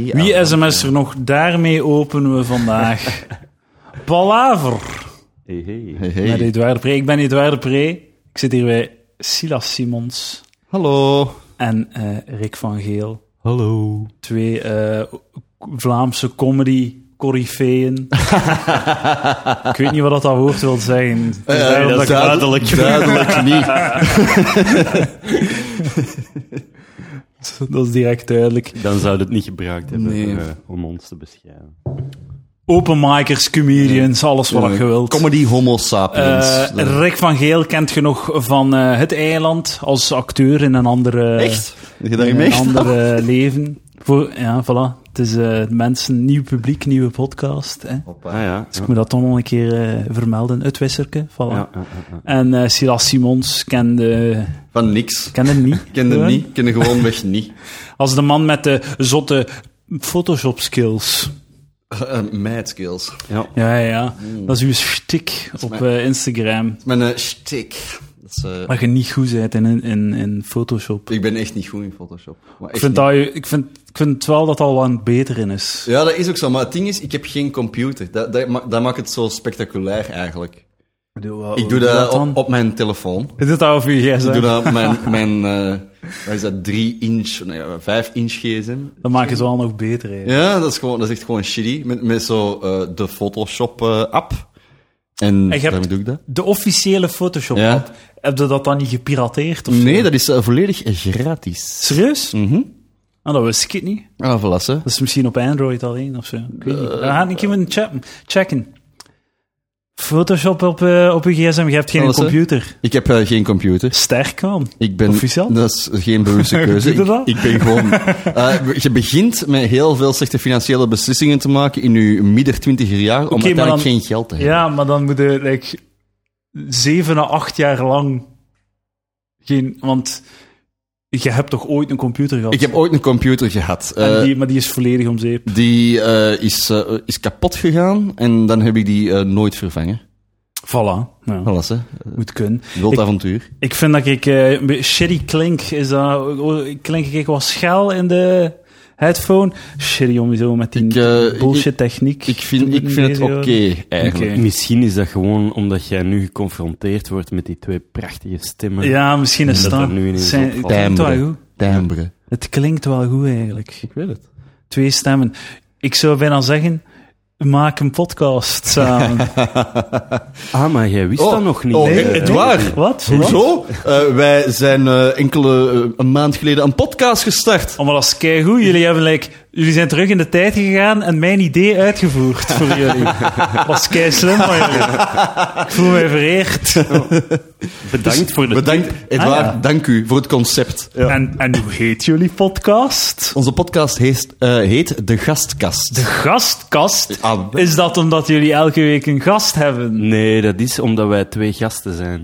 Wie sms er nog? Daarmee openen we vandaag. Palaver Hey, hey. Hey, met hey. Edouard de Pre. Ik ben Edouard de Pre. Ik zit hier bij Silas Simons Hallo. en eh, Rick van Geel. Hallo. Twee eh, Vlaamse comedy coryfeeën. ik weet niet wat dat woord wil zeggen. Het is daarom dat ik- duidelijk. Eh, Duidelijk niet. dat is direct duidelijk. Dan zou je het niet gebruikt hebben Nee. eh, om ons te beschrijven. Openmikers, comedians, alles wat je wilt. Comedy homo sapiens. Eh, Rick van Geel kent genoeg van eh, Het Eiland als acteur in een andere... Echt? Heb je in daarmee eh, een echt? ander leven. Voor, ja, voilà. Het is eh, mensen, nieuw publiek, nieuwe podcast. Hè. Ah ja. Dus ik moet dat toch nog een keer eh, vermelden. Het wisserke, voilà. Ja, ja, ja, ja. En eh, Silas Simons kende, Van niks. kende hem niet. Kende Gewoon. niet. Kende gewoon weg niet. Als de man met de zotte Photoshop skills. Eh, Mad skills. Dat Ja. Ja, ja, ja. Dat is uw shtick op Hmm. mijn- eh, Instagram. is mijn eh, shtick. Dat is, eh, Dat je niet goed bent in, in, in, in Photoshop. ik ben echt niet goed in Photoshop. Maar Ik echt vind, niet. dat, je- ik, vind, ik vind wel dat dat al aan het beter in is. Ja, dat is ook zo. Maar het ding is, ik heb geen computer. Dat, dat, ma- dat maakt het zo spectaculair eigenlijk. Oh, Ik doe dat dan. op, op mijn telefoon. Je doet dat over je gsm. Ik doe dat op mijn, mijn eh, wat is dat, 3 inch, nee, 5 inch gsm. Dat maakt het wel nog beter. hè. Ja, dat is, gewoon, dat is echt gewoon shitty. Met, met zo eh, de Photoshop-app. en En je hebt- daarmee doe ik dat. De officiële Photoshop. Ja. app, Heb je dat dan niet gepirateerd? Of zo? Nee, Mhm. dat is eh, volledig gratis. Serieus? Ah, dat wist ik het niet. Ah, voilà, ze. Dat is misschien op Android alleen of zo. Ik weet Eh, niet. Dan ga ik even checken. checken. Photoshop op, eh, op je gsm. Je hebt geen Alles, hè? computer. Ik heb eh, geen computer. Sterk man. Ik ben, Officieel? Dat is geen bewuste keuze. Doe je ik, dat? ik ben gewoon... eh, je begint met heel veel slechte financiële beslissingen te maken in je midden twintiger jaar, om Oké, maar uiteindelijk dan- geen geld te hebben. Ja, maar dan moet je like, zeven à acht jaar lang geen... Want je hebt toch ooit een computer gehad? Ik heb ooit een computer gehad. En Eh, die, maar die is volledig om zeep. Die eh, is, eh, is kapot gegaan en dan heb ik die eh, nooit vervangen. Voilà. Ja, Voilà, ze. Moet kunnen. Wild Ik- avontuur. Ik vind dat ik eh, een beetje shitty klink. Is dat, oh, klink ik wel schel in de headphone? Shitty om zo met die Ik, eh, bullshit techniek. Ik vind, ik vind het oké, eigenlijk. Oké. Misschien is dat gewoon omdat jij nu geconfronteerd wordt met die twee prachtige stemmen. Ja, misschien is Dat dat. er nu ineens Zijn- het opvalt. klinkt wel goed. Timbre. Het klinkt wel goed eigenlijk. Ik weet het. Twee stemmen. Ik zou bijna zeggen, maak een podcast samen. Ah, maar jij wist Oh, dat nog niet. oh, hè? nee, het waar. Wat? Wat? Hoezo? Eh, wij zijn eh, enkele eh, een maand geleden een podcast gestart. Oh, maar dat is keigoed. Jullie, hebben, like, jullie zijn terug in de tijd gegaan en mijn idee uitgevoerd voor jullie. Dat is kei slim van jullie. Ik voel mij vereerd. Bedankt voor de Bedankt, Edouard, Ah, ja. dank u voor het concept. En, en hoe heet jullie podcast? Onze podcast heet, eh, heet De Gastkast. De gastkast? Ah, Is dat omdat jullie elke week een gast hebben? Nee, dat is omdat wij twee gasten zijn.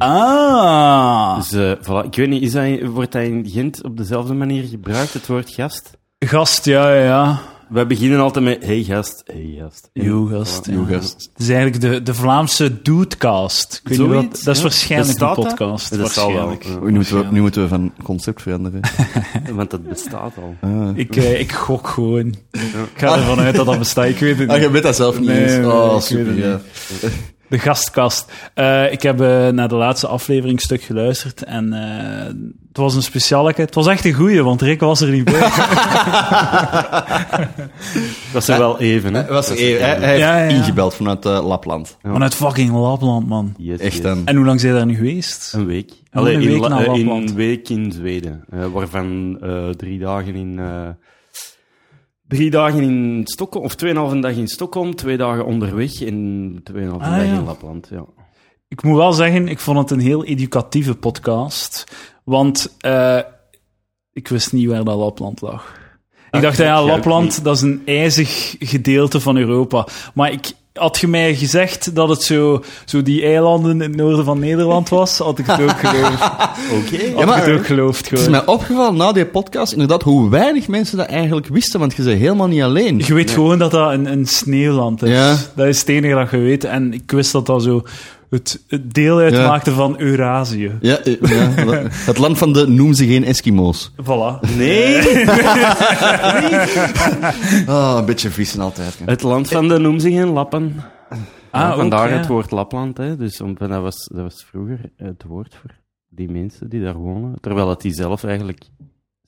Ah. Dus, eh, voilà. Ik weet niet, is dat in- wordt dat in Gent op dezelfde manier gebruikt, het woord gast? Gast, ja, ja, ja. Wij beginnen altijd met, hey gast, hey gast. Yo, gast. uw ja. gast. Het is eigenlijk de, de Vlaamse Dudecast. Ik weet niet Zoiets, wat- dat is ja. waarschijnlijk een Bestaat dat? podcast. Dat zal wel, waarschijnlijk. Nu moeten, we, nu moeten we van concept veranderen. ja. want dat bestaat al. Ik, eh, ik gok gewoon. Ik ga ervan uit dat dat bestaat. Ik weet het Ah, niet. je weet dat zelf niet Nee, eens. nee, ik Oh, weet super. het ja. De gastkast. Eh, ik heb eh, naar de laatste aflevering stuk geluisterd en eh, het was een specialeke. Het was echt een goeie, want Rick was er niet bij. Dat zijn wel Eh, even, hè? Hij was, hij, hij heeft Ja, ja, ja. ingebeld vanuit eh, Lapland. Vanuit fucking Lapland, man. Yes, Echt yes. dan. En hoe lang zijn daar nu geweest? Een week. Gewoon Allee, een in week La- naar eh, in, Lapland. een week in Zweden. eh, waarvan eh, drie dagen in... eh, drie dagen in Stockholm, of tweeënhalve dag in Stockholm, twee dagen onderweg en tweeënhalve Ah, dag ja. in Lapland, ja. Ik moet wel zeggen, ik vond het een heel educatieve podcast. Want eh, ik wist niet waar dat Lapland lag. Ik dacht, dat ja, jij ook Lapland, niet. dat is een ijzig gedeelte van Europa. Maar ik had je mij gezegd dat het zo, zo die eilanden in het noorden van Nederland was, had ik het ook geloofd. Oké. Had maar- ik het ook geloofd, Het is gewoon. mij opgevallen na die podcast inderdaad hoe weinig mensen dat eigenlijk wisten, want je bent helemaal niet alleen. Je weet gewoon dat dat een, een sneeuwland is. Ja. Dat is het enige dat je weet. En ik wist dat dat zo het het deel uitmaakte van Eurazië. Ja, eh, ja, dat- het land van de noem ze geen Eskimo's. Voilà. Nee, Ah, een beetje vissen altijd. hè. het land van de noem ze geen lappen. Ah, Ja, ook, vandaar ja. het woord Lapland. Hè. Dus om- dat, was, dat was vroeger het woord voor die mensen die daar wonen. Terwijl dat die zelf eigenlijk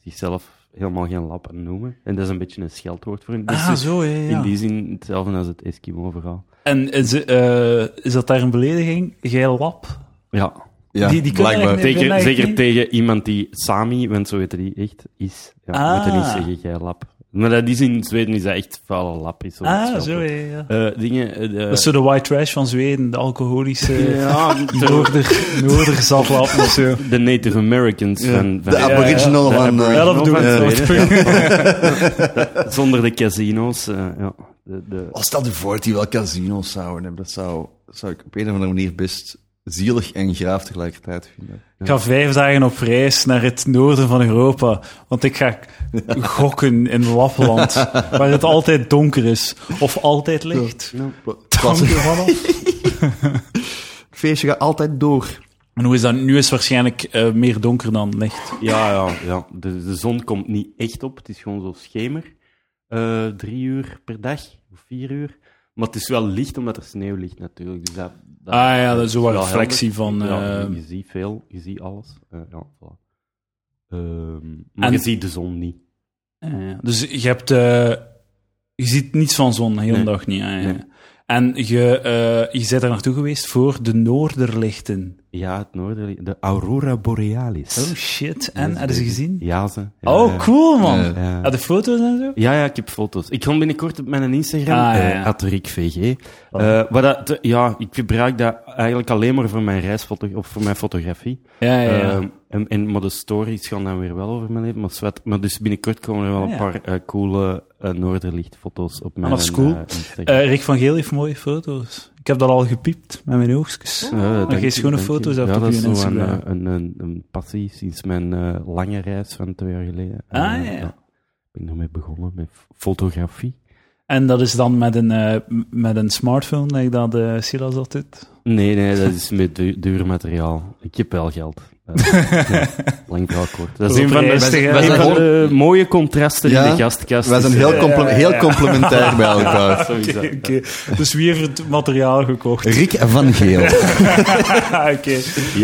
zichzelf helemaal geen Lappen noemen. En dat is een beetje een scheldwoord voor hen. Dus Ah, zo, ja, ja. in die zin hetzelfde als het Eskimo-verhaal. En is, eh, is dat daar een belediging? Gij lap? Ja, Ja, Die- die kunnen blijkbaar. eigenlijk zeker, ben eigenlijk zeker niet- tegen iemand die Sami, want zo weten die echt, is. Ja, Ah. moeten niet zeggen, jij lap. Maar dat is in Zweden is dat echt vuile lap. Is zo'n Ah, scheldwoord. zo, ja, ja, ja. Eh, dingen... eh, de- Dat is zo de white trash van Zweden, de alcoholische ja, zo- noorder, noorderzatlap of zo. de Native Americans Ja, van, van de aboriginal ja, van... de eh, Ja, dat bedoel ik. Ja, zo. het tweede. Zonder de casino's. eh, ja. De, de, oh, stel je voor dat die wel casino's zouden hebben. Dat zou, zou ik op een of andere manier best zielig en graaf tegelijkertijd vinden. Ik ga vijf dagen op reis naar het noorden van Europa, want ik ga gokken in Lapland, waar het altijd donker is. Of altijd licht. Het was- Dank je vanaf. Het feestje gaat altijd door. En hoe is dat? Nu is het waarschijnlijk eh, meer donker dan licht. ja, ja, ja. De, de zon komt niet echt op. Het is gewoon zo schemer. Eh, drie uur per dag, of vier uur. Maar het is wel licht, omdat er sneeuw ligt natuurlijk. Dus dat, dat, Ah ja, dat is zo wat wel reflectie helder. van, Ja, eh, je ziet veel, je ziet alles. Eh, ja, voilà. Ehm, maar En- je ziet de zon niet. Ja, dus je hebt... eh, je ziet niets van zon de hele Nee. dag niet. Ah, ja. Nee. En je, eh, je bent er naartoe geweest voor de Noorderlichten. Ja, het noorden, de aurora borealis. Oh shit. En, Ja, hadden ze gezien? Ja, ze. Oh, cool man. Ja. Ja. Ah, de foto's en zo? Ja, ja, ik heb foto's. Ik ga binnenkort op mijn Instagram, Ah, ja, eh, ja. Oh. at RickVG. Eh, maar dat, te- ja, ik gebruik dat eigenlijk alleen maar voor mijn reisfoto of voor mijn fotografie. Ja, Ah, ja, ja. Ehm, en, en, maar de stories gaan dan weer wel over mijn leven. Maar, zwart, maar dus binnenkort komen er wel Ah, ja. Ah, een paar eh, coole eh, Noorderlichtfoto's op mijn dat is cool. eh, Instagram. Eh, Rick van Geel heeft mooie foto's. Ik heb dat al gepiept met mijn oogstjes. Ja, Eh, dank geeft je, schone dank je. foto's af ja, op dat je is zo een, Instagram. eh, een, een, een passie sinds mijn eh, lange reis van twee jaar geleden. Ah, Eh, ja. Ben ik ermee begonnen met f- fotografie. En dat is dan met een, eh, m- met een smartphone, denk ik dat eh, Silas dat doet. Nee, nee, dat is met du- duur materiaal. Ik heb wel geld. Eh, ja, lang verhaal kort. Dat is een van de, Wij zijn- een wij van zijn- de mooie contrasten in Ja, de gastkast. Wij zijn Dus, heel, eh, compl- heel complementair bij elkaar. zo is dat. Oké, oké. Dus wie heeft het materiaal gekocht? Rick van Geel. Ah, oké.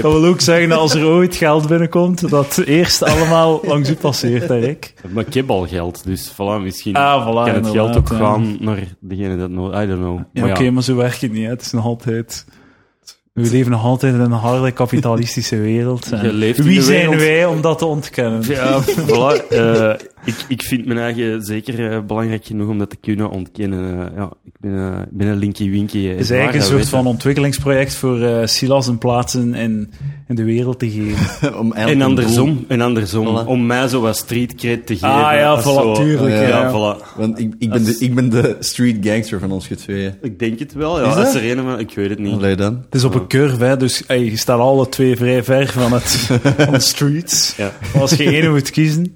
Dat wil ook zeggen dat als er ooit geld binnenkomt, dat eerst allemaal langs u passeert, hè, Rick. Maar ik heb al geld, dus voilà, misschien Ah, voilà, kan het geld ook inderdaad, ja. gaan naar degene dat nodig I don't know. Ja, Maar oké, maar zo werkt het niet. hè. Het is nog altijd... We leven nog altijd in een harde kapitalistische wereld. en Je leeft in wie de zijn wereld- wij om dat te ontkennen? Ja, voilà. Eh, ik, ik vind mijn eigen zeker eh, belangrijk genoeg om dat te kunnen ontkennen. Eh, ja, ik ben, eh, ik ben een linky winky. eh, Het is Edouard, eigenlijk een dat soort weet van ontwikkelingsproject voor eh, Silas een plaats in, in, in de wereld te geven. Om je. eigenlijk En een doel- andersom, en andersom. Voilà. Om mij zo wat streetcred te geven. Ah, ja, als voilà, zo- eh, tuurlijk, Ja, ja. voilà. Want ik, ik, ben de, ik ben de street gangster van ons getweeën. Ik denk het wel, ja. Is Als dat? er een van- ik weet het niet. Allee dan. Het is op een curve, hè, dus ey, je staat alle twee vrij ver van, het, van de streets. Ja. Maar Als je één moet kiezen, Ik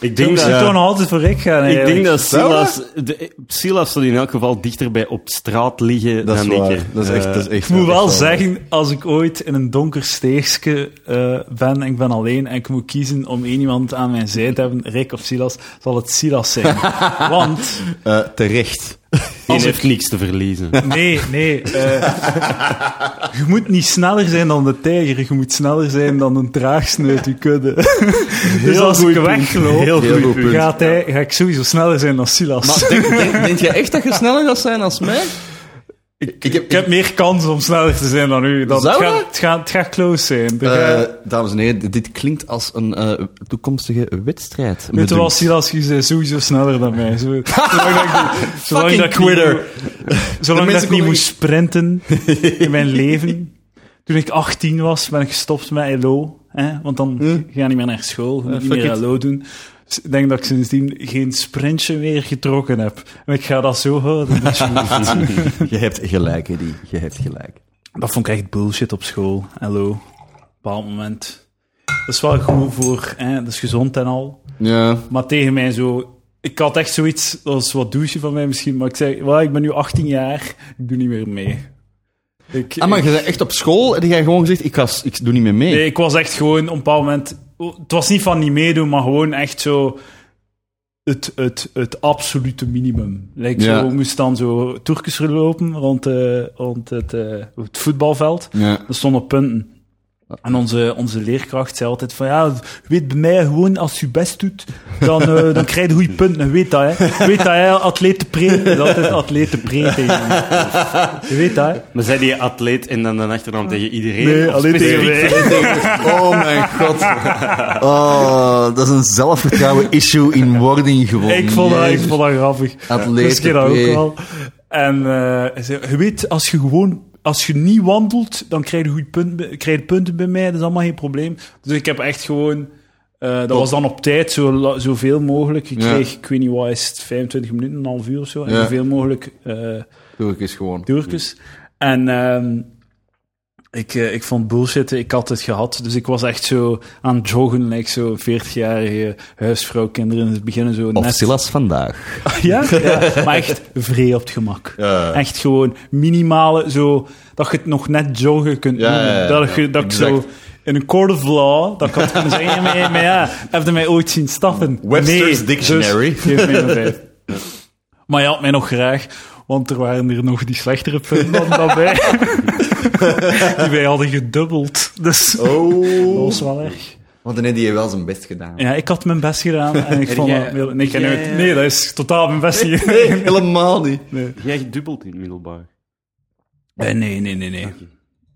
dan denk moet dat, je ja. toch nog altijd voor ik gaan. ik denk eigenlijk. dat Zou Silas, de, Silas zal in elk geval dichterbij op straat liggen Dat is dan waar. ik. hè. Dat is echt, Eh, dat is echt Ik moet dat is wel zeggen, als ik ooit in een donker steegje eh, ben en ik ben alleen en ik moet kiezen om één iemand aan mijn zij te hebben, Rick of Silas, zal het Silas zijn. Want, Eh, terecht. die als Eh, heeft ik... niks te verliezen. Nee, nee. eh, je moet niet sneller zijn dan de tijger, je moet sneller zijn dan een draagsneut, je kudde. dus als ik wegloop, Heel goed gaat punt. hij, ga ik sowieso sneller zijn dan Silas. Maar denk, denk, denk jij echt dat je sneller gaat zijn als mij? Ik, ik ik heb meer kans om sneller te zijn dan u. Dat, het, Zou gaat, dat? het, gaat, het gaat close zijn. Er Eh, gaat- dames en heren, dit klinkt als een eh, toekomstige wedstrijd. Weet je wel, Bedoeld. Silas, je bent sowieso sneller dan mij. Zo, zolang dat ik, niet- zolang Fucking dat ik niet- quitter. Zolang dat mensen ik niet konden moest sprinten in mijn leven. Toen ik 18 was, ben ik gestopt met LO. Hè? Want dan ga je niet meer naar school, je moet niet fuck meer it. LO doen. Dus ik denk dat ik sindsdien geen sprintje meer getrokken heb. En ik ga dat zo houden. alsjeblieft. Je hebt gelijk, Eddie. Je hebt gelijk. dat vond ik echt bullshit op school, LO. Op een bepaald moment. Dat is wel goed voor, hè? dat is gezond en al. Ja. Maar tegen mij zo... Ik had echt zoiets, dat was wat douche van mij misschien, maar ik zei, "Wel, ik ben nu 18 jaar, ik doe niet meer mee. Ik, Ah, maar je bent echt op school en jij gewoon gezegd, ik, ga, s- ik doe niet meer mee. Nee, ik was echt gewoon op een bepaald moment. oh, Het was niet van niet meedoen, maar gewoon echt zo. Het, het, het absolute minimum. Like Ja. zo, ik moest dan zo toerkes lopen rond, eh, rond het, eh, het voetbalveld. Ja. Er stonden punten. En onze, onze leerkracht zei altijd van ja, weet bij mij gewoon als je best doet, dan, eh, dan krijg je goede punten. En weet dat, hè? Weet dat, hè? Atleten preet. Dat is altijd atleten preet. tegen mij. Je weet dat, hè? Maar zei die atleet en dan dan achternaam tegen iedereen? Nee, Of alleen tegen specifiek? mij. Oh mijn god. Oh, dat is een zelfvertrouwen issue in wording gewoon. Ik vond dat, ik Jezus. vond dat grappig. Atleten, Misschien dat ook nee. wel. En eh, hij zei, je weet, als je gewoon... Als je niet wandelt, dan krijg je, goed punt, bij- krijg je punten bij mij. Dat is allemaal geen probleem. Dus ik heb echt gewoon... eh, dat was dan op tijd, zo, la- zoveel mogelijk. Ik Ja. kreeg, ik weet niet wat is het, 25 minuten, een half uur of zo. En Ja. zoveel mogelijk eh Doe ik eens gewoon. Turkus. En ehm, ik, eh, ik vond bullshit, ik had het gehad. Dus ik was echt zo aan het joggen, like zo'n 40-jarige huisvrouw, kinderen. in het beginnen zo net... vandaag. Ja, ja, maar echt vrij op het gemak. Echt gewoon minimale, zo, dat je het nog net joggen kunt Ja, noemen. ja, ja, dat ja, je, dat ik exact. zo in een court of law, dat ik had kunnen zeggen, maar, ja, maar ja, heb je mij ooit zien stappen? Webster's nee, Dictionary. Dus, geef mij een vijf. Maar je had mij nog graag, want er waren er nog die slechtere punten dan dat wij. die wij hadden gedubbeld. Dus dat Oh. was wel erg. Want dan heeft hij wel zijn best gedaan. Ja, ik had mijn best gedaan en ik Heb vond jij- dat... heel- Nee, ik heb jij- nooit- nee, dat is totaal mijn best niet. Nee, helemaal niet. Jij dubbelt in het middelbaar. Eh, nee, nee, nee, nee. Oké.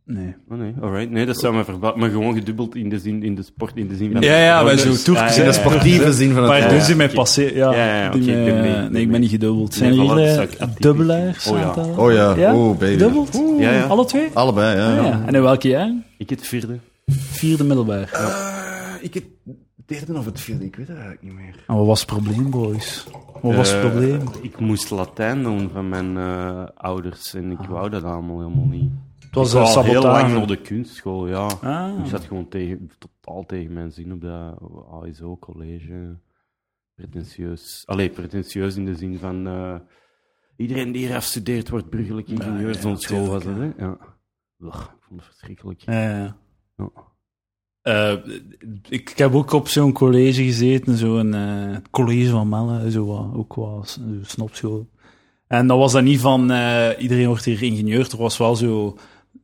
nee. Oh nee, alright. Nee, dat zou me verbazen. Maar gewoon gedubbeld in de, zin, in de sport, in de zin van... Oh, Ja, ja, wij wij zo toertjes In Ja, de ja, sportieve zin van het Maar woord. dus die mij oké. passeer. Ja, Ja, ja, die oké, mij- doe mee, doe nee, ik ben mee. niet gedubbeld. Nee, Zijn voilà, dus dat jullie zou ik eh, atypisch dubbelaars? vinden. Oh ja. aantal? Oh ja, oh baby. Gedubbeld? Ja, ja. Alle twee? Allebei, ja. Ja. En in welk jaar? Ik het vierde. Vierde middelbaar. Eh, Ik heb derde of het vierde, ik weet het eigenlijk niet meer. En wat was het probleem, boys? Wat was het Eh, probleem? Ik moest Latijn doen van mijn eh, ouders en ik Ah. wou dat allemaal helemaal niet. Het was ik een was al heel lang sabotage. naar de kunstschool, ja. Ah. Ik zat gewoon tegen, totaal tegen mijn zin op dat ASO-college. Pretentieus. Allee, pretentieus in de zin van... eh, iedereen die hier afstudeert wordt burgerlijk ingenieur. ja, Zo'n school was dat, hè? natuurlijk, Ja. Ugh, ik vond het verschrikkelijk. Ja, ja. Ja. Eh, ik, ik heb ook op zo'n college gezeten, zo'n eh, college van Melle, zo wat, ook wat s- zo'n snopschool. En dat was dan niet van eh, iedereen wordt hier ingenieur, er was wel zo,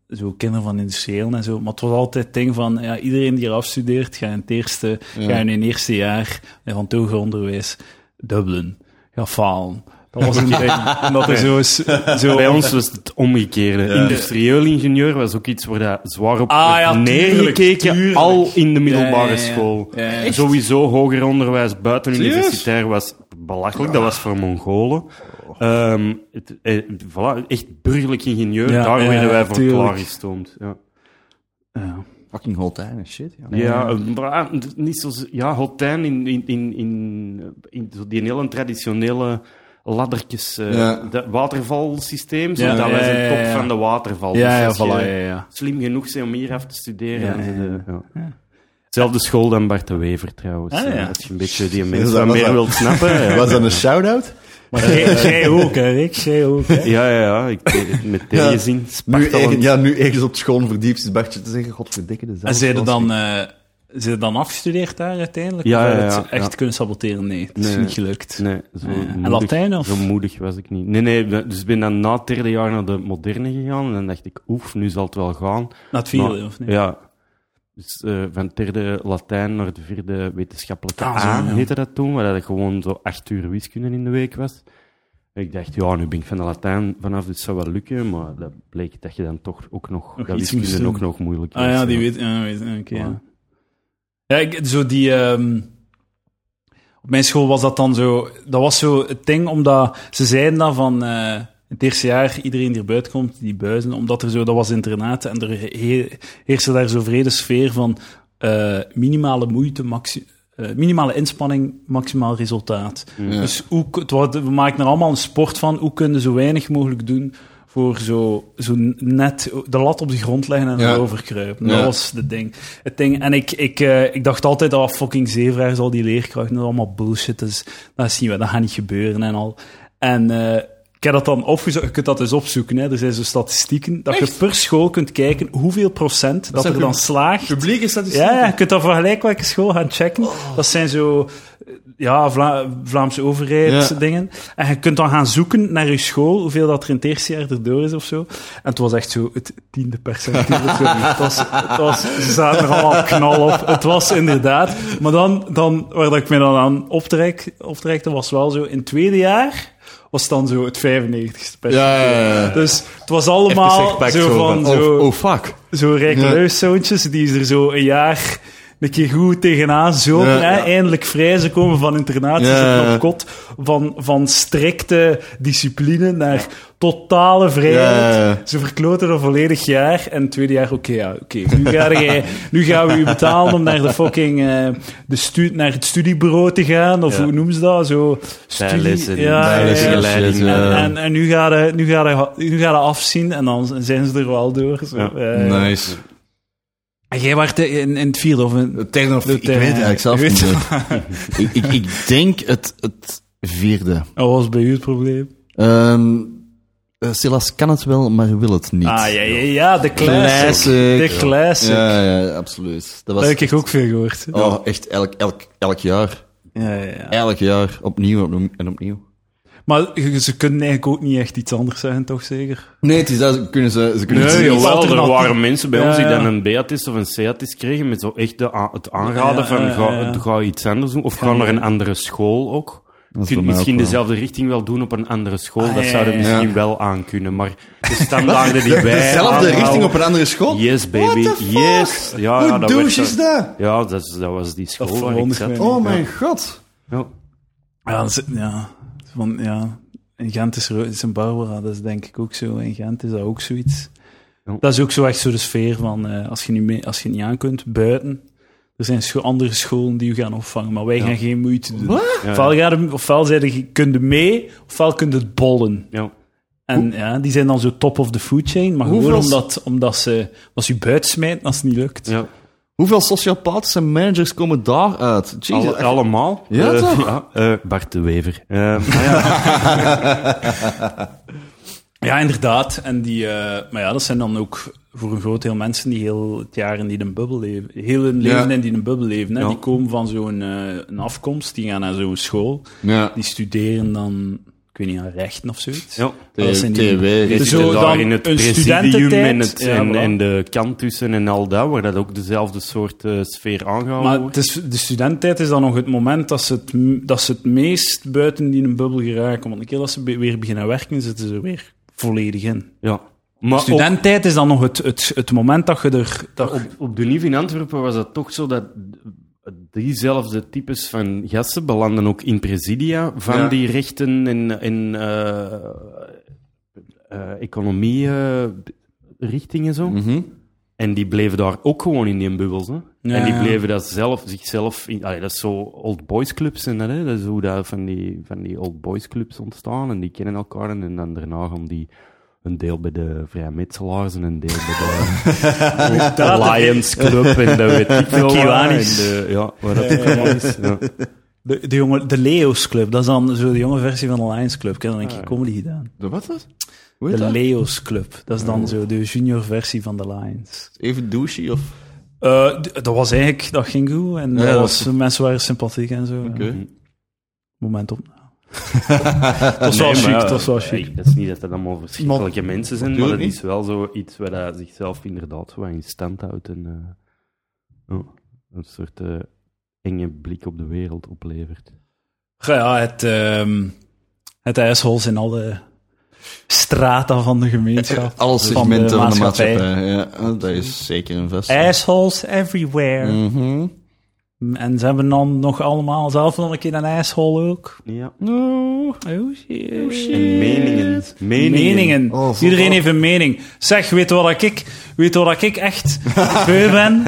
zo kinderen van industrieel en zo, maar het was altijd het ding van ja, iedereen die hier afstudeert, ga in het eerste, ga in het eerste jaar eh, van het hoger onderwijs dubbelen, ga falen. Dat was een ding. En dat er zo, is- zo Bij ons was het omgekeerde. Industrieel ingenieur was ook iets waar dat zwaar op Ah, werd ja, tuurlijk, neergekeken, tuurlijk. al in de middelbare Ja, ja, ja. school. Ja, ja. Echt? Sowieso hoger onderwijs buiten universitair was belachelijk, Ah. dat was voor Mongolen. Oh. Ehm, het, eh, voilà, echt burgerlijk ingenieur, Ja, daar ja, werden wij voor tuurlijk. klaargestoomd. Ja. Ja. Fucking Holtijn en shit. Ja. Ja, eh, maar ah, niet zo, ja, Holtijn in, in, in, in, eh, in zo die hele traditionele laddertjes, eh, Ja. dat watervalsysteem, Ja, zodat ja, wij zijn ja, top ja. van de waterval. Ja, Dus ja, als voilà, ja, je ja. slim genoeg zijn om hier af te studeren. Ja, dan zit ja, je- ja. Zelfde school dan Bart de Wever trouwens. Ah, Eh, ja. Als je een beetje die Dus mensen dat wat was meer dat- wilt snappen. ja. Was dat een shout-out? Maar jij- jij ook, hè, Rick? Jij ook, hè? Ja, ja, ja, ik deed het met Ja. tegenzin. Nu Spartalend. ergens, ja, nu ergens op school verdiept is Bartje te zeggen, godverdikke de En zijn er dan, eh zijn er dan afgestudeerd daar uiteindelijk? Ja, Of ja, heb je het ja, echt ja. kunnen saboteren? Nee, het is Nee. niet gelukt. Nee, zo Ja. moedig, En Eh, Latijn, of? Zo moedig was ik niet. Nee, nee, dus ik ben dan na het derde jaar naar de moderne gegaan. En dan dacht ik, oef, nu zal het wel gaan. Na het vierde, Maar- of niet? Ja. Dus eh, van het derde Latijn naar de vierde wetenschappelijke Ah, zo, A, ja. heette dat toen. Waar dat gewoon zo acht uur wiskunde in de week was. En ik dacht, ja, nu ben ik van de Latijn vanaf, dus zou wel lukken. Maar dat bleek dat je dan toch ook nog... Nog dat iets moest wiskunde doen. ook nog moeilijk Ah was, ja, die weet... Ja, weet oké, ja. Ja, ik, zo die... ehm, op mijn school was dat dan zo... Dat was zo het ding, omdat ze zeiden dan van... eh, het eerste jaar, iedereen die er buiten komt, die buizen, omdat er zo... Dat was internaat en er he- heerste daar zo'n vrede sfeer van... eh, minimale moeite, maxi- eh, minimale inspanning, maximaal resultaat. Dus hoe, het wordt- we maken er allemaal een sport van. Hoe kunnen zo weinig mogelijk doen voor zo, zo net de lat op de grond leggen en Ja. erover kruipen. Dat Ja. was het ding. Het ding. En ik, ik, eh, ik dacht altijd, ah, fucking zeevraagers, al die leerkrachten, dat is allemaal bullshit. Dat is, dat is niet, wat- dat gaat niet gebeuren en al. En eh, Ik heb dat dan opgezocht. Je kunt dat dus opzoeken. Hè. Er zijn zo statistieken. Dat je Echt? per school kunt kijken hoeveel procent dat, zijn er dan pub- slaagt. Publiek is Oh. dat Ja, ja, je kunt dat voor gelijk welke school gaan checken. Dat zijn zo eh, ja, Vla- Vlaamse overheid Ja. dingen. En je kunt dan gaan zoeken naar je school, hoeveel dat er in het eerste jaar erdoor is of zo. En het was echt zo het tiende percentiel. of zo. het was, het was, ze zaten er allemaal knal op. Het was inderdaad. Maar dan, dan waar dat ik me dan aan optrek, optrekte, was wel zo in het tweede jaar was het dan zo het 95ste percentiel. Ja, ja, ja, ja. Dus het was allemaal zo van... zo, Oh, oh, fuck. zo Ja. rijkeluiszoontjes, die is er zo een jaar een keer goed tegenaan zo Ja, hè, ja. eindelijk vrij, ze komen van internaat, ze Ja, zitten ja. op kot, van, van strikte discipline naar totale vrijheid. Ja, ja, ja. Ze verkloten een volledig jaar en het tweede jaar, oké, ja, oké, nu, ga jij- nu gaan we u betalen om naar de fucking, eh, de stu naar het studiebureau te gaan, of Ja. hoe noemen ze dat, zo, Bijlessen, bijlessen, begeleiding. shit, ja. en, eh, en, en nu ga je, nu ga je, nu ga je afzien en dan zijn ze er wel door. Zo. Ja. Eh, nice. En jij was in, in het vierde of in... Het Tegen of De ik weet het eigenlijk zelf tegen- niet. meer. ik, ik, ik denk het, het vierde. Dat was bij u het probleem. Ehm eh, Silas kan het wel, maar wil het niet. Ah, ja, ja, ja, de classic. Classic. De classic. Ja, ja, absoluut. Dat was Dat heb ik ook veel gehoord. oh, echt elk, elk, elk jaar. Ja, ja, ja. Elk jaar opnieuw, opnieuw en opnieuw. Maar je- ze kunnen eigenlijk ook niet echt iets anders zeggen, toch zeker? Nee, het is dat, kunnen ze, ze kunnen Nee, het joh. niet. Jawel, er alternatief. waren mensen bij Ja, ons die ja. dan een Beatis of een Seatis kregen met zo echt de, a- het aanraden Ja, van ja, ga, ja. ga iets anders doen of ga naar een andere school ook. Je bij kunt mij misschien ook wel. dezelfde richting wel doen op een andere school, Ah, dat ja, zouden ja, misschien ja. wel aankunnen, maar de standaarden die De- wij... Ah, Dezelfde aanhouden- richting op een andere school? Yes, baby. What the fuck? Yes. Ja, ja, Hoe dat douche werd is zo- dat? Ja, dat, is- dat was die school waar ik verwondert zat. mij. Oh mijn god. Ja. Ja, dat is- ja. Van, ja. In Gent is er is een Barbara, dat is denk ik ook zo. In Gent is dat ook zoiets. Oh. Ja. Dat is ook zo echt zo de sfeer van, eh, als, je niet mee, als je niet aan kunt, buiten. Er zijn scho- andere scholen die u gaan opvangen, maar wij gaan geen moeite doen. Ja, Ofwel, ga je, ofwel zei je, kun je mee, ofwel kun je het bollen. ja. En ja, die zijn dan zo top of the food chain, maar Hoeveel gewoon s- omdat, omdat ze, omdat ze je buiten smijten als het niet lukt. ja. Hoeveel sociopaten en managers komen daaruit? Jezus, Alle- echt. allemaal? Ja, Eh, toch? Ja, eh, Bart de Wever. Eh, maar ja, Ja, inderdaad. En die, eh, maar ja, dat zijn dan ook voor een groot deel mensen die heel het jaar in die een bubbel leven. Heel hun Ja. leven in die een bubbel leven. Hè. Ja. Die komen van zo'n eh, een afkomst, die gaan naar zo'n school. Ja. Die studeren dan, ik weet niet, aan rechten of zoiets. ja. Maar dat zijn die- TW. Die Dus zitten zo daar dan in het een presidium studententijd. en, het, Ja, en, voilà. en de kantussen en al dat, waar dat ook dezelfde soort eh, sfeer aangehouden Maar het wordt. is, de studententijd is dan nog het moment dat ze het, m- dat ze het meest buiten die een bubbel geraken. Want een keer dat ze be- weer beginnen werken, zitten ze weer volledig in. Ja. Maar op, studententijd is dan nog het, het, het moment dat je er... Dat, op, op de NIV in Antwerpen was dat toch zo dat diezelfde types van gasten belanden ook in presidia van Ja. die rechten en, en eh, eh, economie eh, richtingen zo. Mhm. En die bleven daar ook gewoon in die bubbels. Hè? Ja, en die ja. bleven dat zelf, zichzelf... In, allee, dat is zo old boys clubs en dat, hè? dat is hoe dat van, die, van die old boys clubs ontstaan. En die kennen elkaar en dan daarna gaan die een deel bij de vrijmetselaars en een deel bij de Lions Club en dat weet ik wel. waar. En Kiwanis. de, ja, waar dat ook allemaal is. Ja. de, de, jonge, de Leo's Club, dat is dan zo de jonge versie van de Lions Club. Ik heb dan een keer comedy gedaan. De wat dat? Hoe heet De dat? Leo's Club, dat is dan zo de junior versie van de Lions. Even douchey of... Eh, d- dat was eigenlijk, dat ging goed. En Ja, dat dat was, mensen waren sympathiek en zo. Oké. Moment op. Het was wel Nee, chic, maar, het was wel eh, chic. Dat is niet dat dat allemaal verschrikkelijke mensen zijn, maar Tuurlijk dat is niet. wel zoiets waar dat zichzelf inderdaad wat in stand houdt en eh, oh, een soort eh, enge blik op de wereld oplevert. Ja, ja, het, ehm het assholes in alle strata van de gemeenschap. Eh, Alle de segmenten van de, maatschappij. maatschappij. Ja, oh, dat is zeker een vest. Eh. Assholes everywhere. Mhm. En ze hebben dan nog allemaal zelf nog een keer een asshole ook. Ja. Oh shit. En meningen. Meningen. Meningen. Oh, zo Iedereen waar. heeft een mening. Zeg, weet je wat ik, weet je wat ik echt beu ben?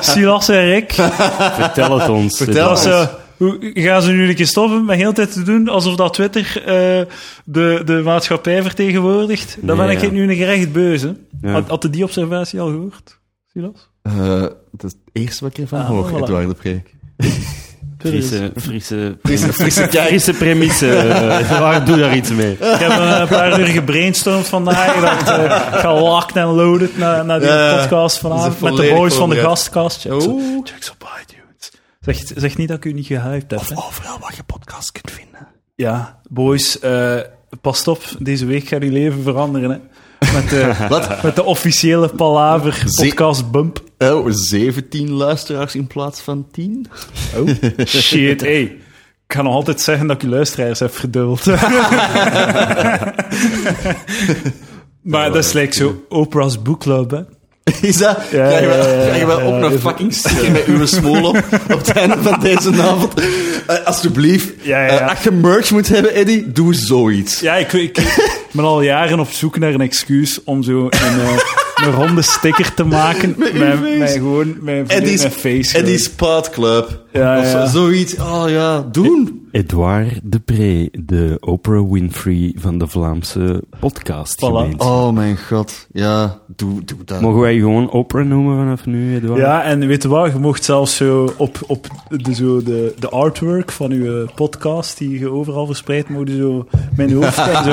Silas en ik. Vertel het ons. Vertel Als ons. ze, hoe, gaan ze nu een keer stoppen met heel de tijd te doen alsof dat Twitter eh, de, de maatschappij vertegenwoordigt? Dan ben Nee, ik ja. het nu een gerecht beuze. Ja. Had, had je die observatie al gehoord, Silas? Eh, dat is het eerste wat ik ervan Ah, hoor, voilà. Edouard de Preek. Het Frisse, frisse, Frisse, frisse kijk. frisse premisse. eh, waar doe daar iets mee? Ik heb eh, een paar uur gebrainstormd vandaag. Dat, eh, gelocked en loaded naar, naar die Ja, podcast dat vanavond. is Met de volledig boys van de voorbereid. gastkast. Checks op, Oeh. checks op iTunes. Zeg, zeg niet dat ik u niet gehyped heb. hè. Overal waar je podcast kunt vinden. Ja, boys, eh past op. Deze week gaat uw leven veranderen. Hè. Met, de, Wat? met de officiële palaver Zie- podcast bump. Oh, 17 luisteraars in plaats van 10? Oh, shit, hey. Ik ga nog altijd zeggen dat ik je luisteraars heb verdubbeld. maar dat is lijkt zo Oprah's Book Club, hè. Is dat? Ja, krijg je wel, ja, ja, ja, krijg je wel ja, ook ja, nog even- fucking stikken met uw smoel op, op het einde van deze avond? Eh, alsjeblieft. Ja, ja, ja. Eh, als je merch moet hebben, Eddie, doe zoiets. Ja, ik, ik, ik ben al jaren op zoek naar een excuus om zo een, eh, een ronde sticker te maken. Met, mijn, face. mijn- gewoon mijn, Eddie's, mijn face. Eddie's Paardclub. Ja, of ja. zoiets. Oh ja, doen. Edouard Depree, de Oprah Winfrey van de Vlaamse podcast. Oh mijn god. Ja, doe, doe dat. Mogen wij je gewoon Oprah noemen vanaf nu, Edouard? Ja, en weet je wat, je mocht zelfs zo op, op de, zo de, de artwork van uw eh, podcast, die je overal verspreidt, mogen zo mijn hoofd en zo...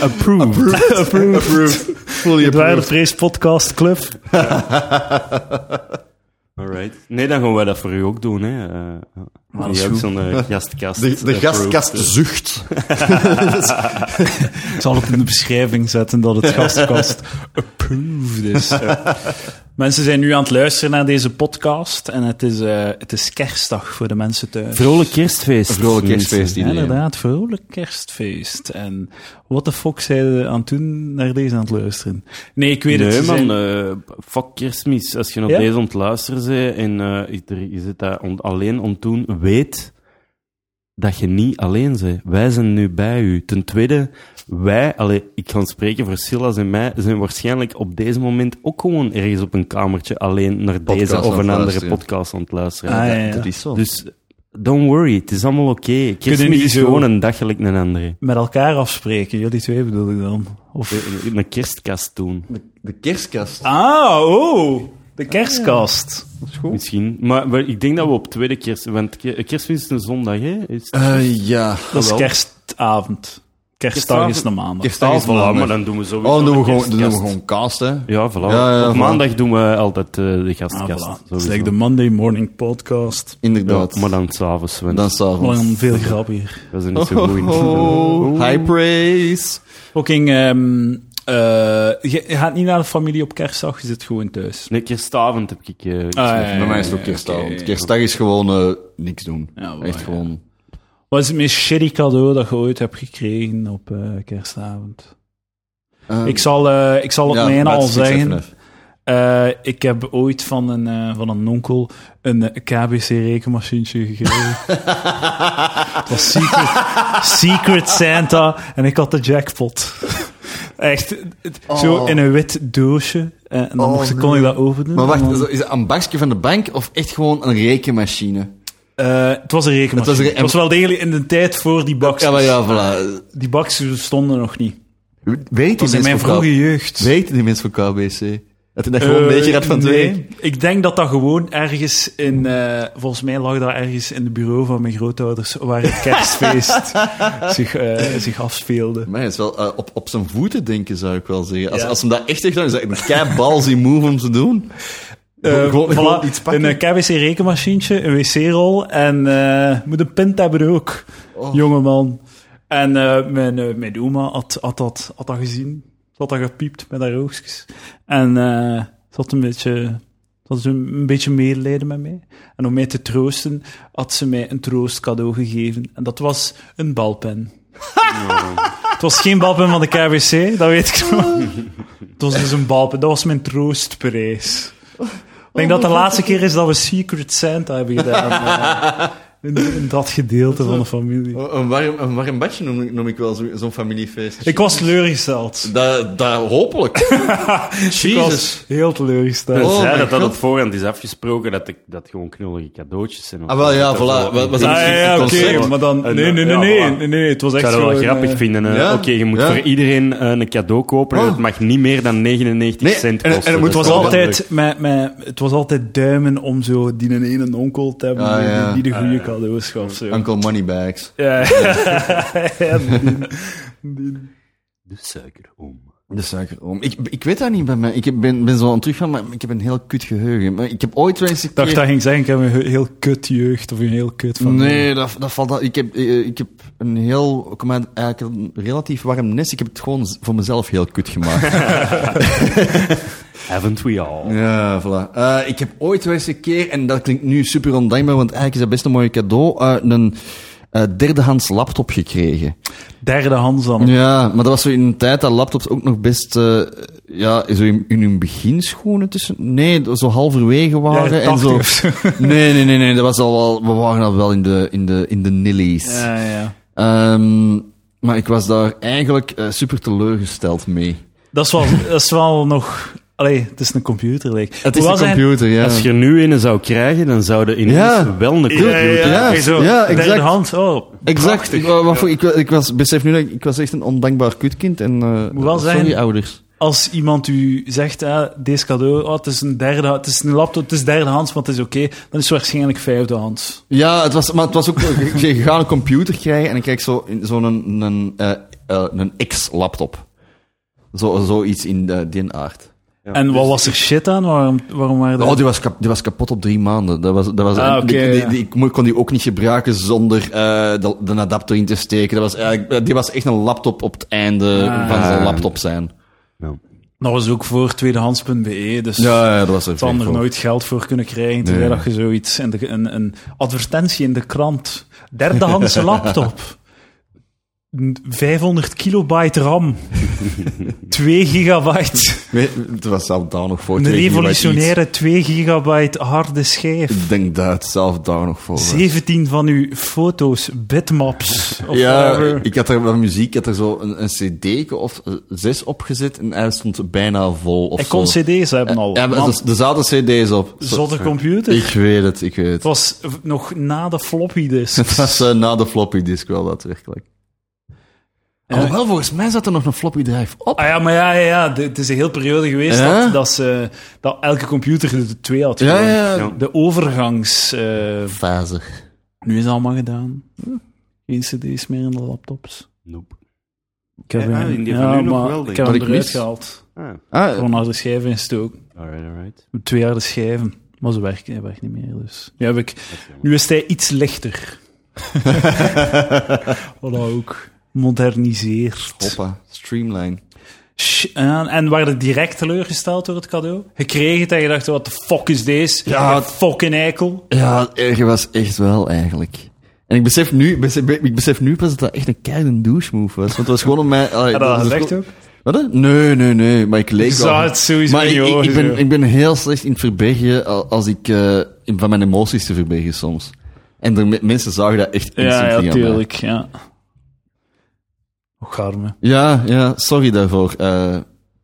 Approved. Approved. Approved. Fully Het waren de approved. Vrees Podcast Club. Alright. Nee, dan gaan wij dat voor u ook doen, hè. Eh, dat die is ook goed. zo'n eh, gastkast. De, de approved, gastkast eh. zucht. Ik zal het in de beschrijving zetten dat het gastkast approved is. Ja. Mensen zijn nu aan het luisteren naar deze podcast en het is, eh, het is kerstdag voor de mensen thuis. Vrolijk kerstfeest. Vrolijk kerstfeest, Ja, idee. inderdaad, vrolijk kerstfeest. En wat de fuck zeiden aan toen naar deze aan het luisteren? Nee, ik weet het. Nee, ze man, zijn- eh, fuck kerstmis. Als je op Ja? deze ontluisteren bent en eh, er is het daar on- alleen om toen, weet dat je niet alleen bent. Wij zijn nu bij u. Ten tweede, wij, allee, ik kan spreken voor Silas en mij, zijn waarschijnlijk op deze moment ook gewoon ergens op een kamertje alleen naar Podcast deze aan of het een andere luisteren. podcast aan het luisteren. Ah, ja, ja. Dat is zo. Dus don't worry, het is allemaal oké. Kerstmis niet is zo- gewoon een dag gelijk een andere. Met elkaar afspreken, jullie twee bedoel ik dan. Of... Eh, Een kerstkast doen. De kerstkast. Ah, oh, de kerstkast. Dat is goed. Misschien. Maar we- ik denk dat we op tweede kerst... Want ke- kerstmis is een zondag, hè? Is het Eh, ja. Dat is Jawel. kerstavond. Kerstdag Kerstavond. is een maandag. Kerstdag is Ah, voilà, maandag. maar dan doen we Oh, sowieso dan doen we de gewoon, dan doen we kerstkast. gewoon cast, hè. Ja, voilà. Ja, ja, op voilà. maandag doen we altijd eh, de Ah, gastkast. voilà. Het is sowieso. like de Monday Morning Podcast. Inderdaad. Ja, maar dan s'avonds, want Dan s'avonds. Maar dan veel grappiger. we zijn niet zo goed in. Oh, high praise. Fucking, ehm, eh, je je gaat niet naar de familie op kerstdag, je zit gewoon thuis. Nee, kerstavond heb ik... eh, iets ja, met- ja, Bij mij is het ook ja, kerstavond. oké. Kerstdag is gewoon eh, niks doen. Ja, oh, wel, Echt ja. gewoon... Wat is het meest shitty cadeau dat je ooit hebt gekregen op eh, kerstavond? eh, Ik zal, eh, ik zal het ja, mijn laat al het eens zeggen. even af. Eh, ik heb ooit van een, eh, van een onkel een eh, KBC-rekenmachientje gekregen. Het was Secret, Secret Santa en ik had de jackpot. Echt, het- zo Oh. in een wit doosje. eh, en dan Oh, mocht, ik- nee. kon ik dat opendoen. Maar en wacht, dan- is dat- is dat een bakje van de bank of echt gewoon een rekenmachine? eh, het was een rekenmachine. Het was, Het was een- wel degelijk in de tijd voor die bakjes. Ja, maar ja, voilà. Die bakjes bestonden nog niet. Weet Dat was in mijn vroege jeugd. Weet die mensen van KBC? Dat hij dat gewoon een Eh, beetje had van twee. nee. Ik denk dat dat gewoon ergens in... eh, volgens mij lag dat ergens in het bureau van mijn grootouders, waar het kerstfeest zich, eh, zich afspeelde. Maar het is wel eh, op, op zijn voeten denken, zou ik wel zeggen. Als, Ja. als hem dat echt heeft gedaan, is dat een kei balzy move om te doen. Eh, Gewoon- voilà, gewoon iets pakken. Een KWC-rekenmachientje, een wc-rol en eh, moet een pint hebben ook, Oh. jongeman. En eh, mijn, eh, mijn oma had, had, dat, had dat gezien. Ze had dat gepiept met haar oogstjes. En eh ze had een beetje... ze had een, een beetje medelijden met mij. En om mij te troosten, had ze mij een troostcadeau gegeven. En dat was een balpen. Het was geen balpen van de KWC, dat weet ik nog. Het was dus een balpen. Dat was mijn troostprijs. Ik denk dat de laatste keer is dat we Secret Santa hebben gedaan. eh, in, in dat gedeelte van de familie. Oh, Een warm, een warm badje noem, ik- noem ik wel zo- zo'n familiefeest. Ik was teleurgesteld. Dat, dat, hopelijk. Ik Jezus. was heel teleurgesteld. Ze Oh zei mijn dat dat God. op voorhand is afgesproken, dat ik, dat gewoon knullige cadeautjes zijn. Ah, wel, ja, Dat er voilà. zo- Wat- wat- Ah, ja, ja, een oké, concept. maar dan... Nee, En, nee, nee, ja, nee, voilà. nee, nee, het was Ik echt zou dat wel gewoon, grappig eh, vinden. hè. ja, Oké, je moet ja. voor iedereen eh, een cadeau kopen en Oh. het mag niet meer dan 99 Nee, cent en- en kosten. het moet Het Dus was, dat is altijd leuk. met, met, het was altijd duimen om zo die een ene onkel te hebben Ah, ja. die, die de goede Ah, ja. cadeaus gaf. Zo. Uncle Moneybags. Ja, ja, De suikeroom. De suikeroom. Ik, ik weet dat niet bij mij. Ik heb- ben, ben zo aan het teruggaan, maar ik heb een heel kut geheugen. Maar ik heb ooit wel eens een Ik dacht keer- dat ging zeggen, ik heb een he- heel kut jeugd of een heel kut van... Nee, dat, dat valt al- Ik heb, eh, ik heb een heel, kom uit, eigenlijk een relatief warm nest. Ik heb het gewoon z- voor mezelf heel kut gemaakt. Haven't we all? ja, voilà. Eh, ik heb ooit wel eens een keer, en dat klinkt nu super ondankbaar, want eigenlijk is dat best een mooi cadeau, eh, een eh, derdehands laptop gekregen. Derde hand dan. Ja, maar dat was zo in een tijd dat laptops ook nog best, eh, ja, zo in, in hun beginschoenen tussen, nee, zo halverwege waren Jaren en 80 zo. of zo. Nee, nee, nee, nee, dat was al wel, we waren al wel in de, in de, in de nillies. Ja, ja. Ehm, maar ik was daar eigenlijk eh, super teleurgesteld mee. Dat is wel, dat is wel nog... Allee, het is een computer, like. Het is een computer, ja. Als je er nu een zou krijgen, dan zouden in Ja. wel een Ja, computer... ja, ja. Ja, Hey, zo, ja, exact. Derde hand, oh. Exact. prachtig. Ik, wa- wat voor- ik, wa- ik was, besef nu dat ik, ik was echt een ondankbaar kutkind. En, eh, Moet wel sorry, zeggen- ouders. Als iemand u zegt, eh, deze cadeau, oh, het is een derde, het is een laptop, het is derdehands, want het is oké, dan is het waarschijnlijk vijfdehands. Ja, het was, maar het was ook... je- je gaat een computer krijgen en dan krijg je zo- zo'n zo een, een, eh, eh, een X-laptop. Zo- Zoiets in de, die aard. en wat was er shit aan? Waarom, waarom waren dat... Oh, die was, kap- die was kapot op drie maanden. Dat was, dat was, Ah, oké, die- die- ja. die- ik mo- kon die ook niet gebruiken zonder eh, de, de adapter in te steken. Dat was eigenlijk, eh, die was echt een laptop op het einde Ah. van zijn laptop zijn. Nou, Dat was ook voor tweedehands.be, dus... Ja, ja, dat was er. zal veel er voor. nooit geld voor kunnen krijgen, terwijl Nee. dat je zoiets... In de, een, een advertentie in de krant. Derdehandse laptop. 500 kilobyte RAM. 2 gigabyte. We- Het was zelf daar nog voor. Een twee gigabyte revolutionaire 2 gigabyte harde iets. schijf. Ik denk dat het zelf daar nog voor was. 17 van uw foto's, bitmaps. Of Ja, whatever. ik had er wel muziek, ik had er zo een, een cd of eh, zes opgezet en hij stond bijna vol of Hij kon zo. cd's hebben al. Ja, maar dus, Man, er- er zaten cd's op. Zo- Zotte computer. Ik weet het, ik weet Het het. was v- nog na de floppy Het disks. was eh, na de floppy disk wel daadwerkelijk. Ja. Alhoewel, Oh, volgens mij zat er nog een floppy drive op. Ah ja, maar ja, ja, ja. De- het is een heel periode geweest Ja? dat, dat, ze, dat elke computer er twee had. Ja, gewoon. ja, Ja. ja. De overgangs... eh, Fase. nu is het allemaal gedaan. Geen cd's meer in de laptops. nope. Ik heb Ja, hem- die van nu nog wel, denk ik ik. heb Wat hem ik eruit mis. gehaald. Ah, Ah, Gewoon naar de schijven ingestoken. alright, alright. Twee harde schijven. Maar ze werken, hij werkt niet meer. Dus. Nu, heb ik, nu is hij iets lichter. Wat ook. Moderniseerd. hoppa, streamline. Sh- En, en waren direct teleurgesteld door het cadeau? Gekregen dat je dacht, wat de fuck is deze? Ja, Ja, fucking eikel. Ja, erger was echt wel eigenlijk. En ik besef nu, besef, ik besef nu pas dat dat echt een keiharde douche move was. Want het was gewoon om mij... allee, Ja, dat dat was had je gewoon- echt ook. Wat? hè? Nee, nee, nee. Maar ik leek Ik wel... zou het sowieso Maar in ik, je ik, ogen ik zo. ben, ik ben heel slecht in het verbergen al- als ik, eh, in- van mijn emoties te verbergen soms. En de me- mensen zagen dat echt instant Ja, ja, liggen aan mij. tuurlijk. Ja. Och, arme. Ja, ja, sorry daarvoor, eh,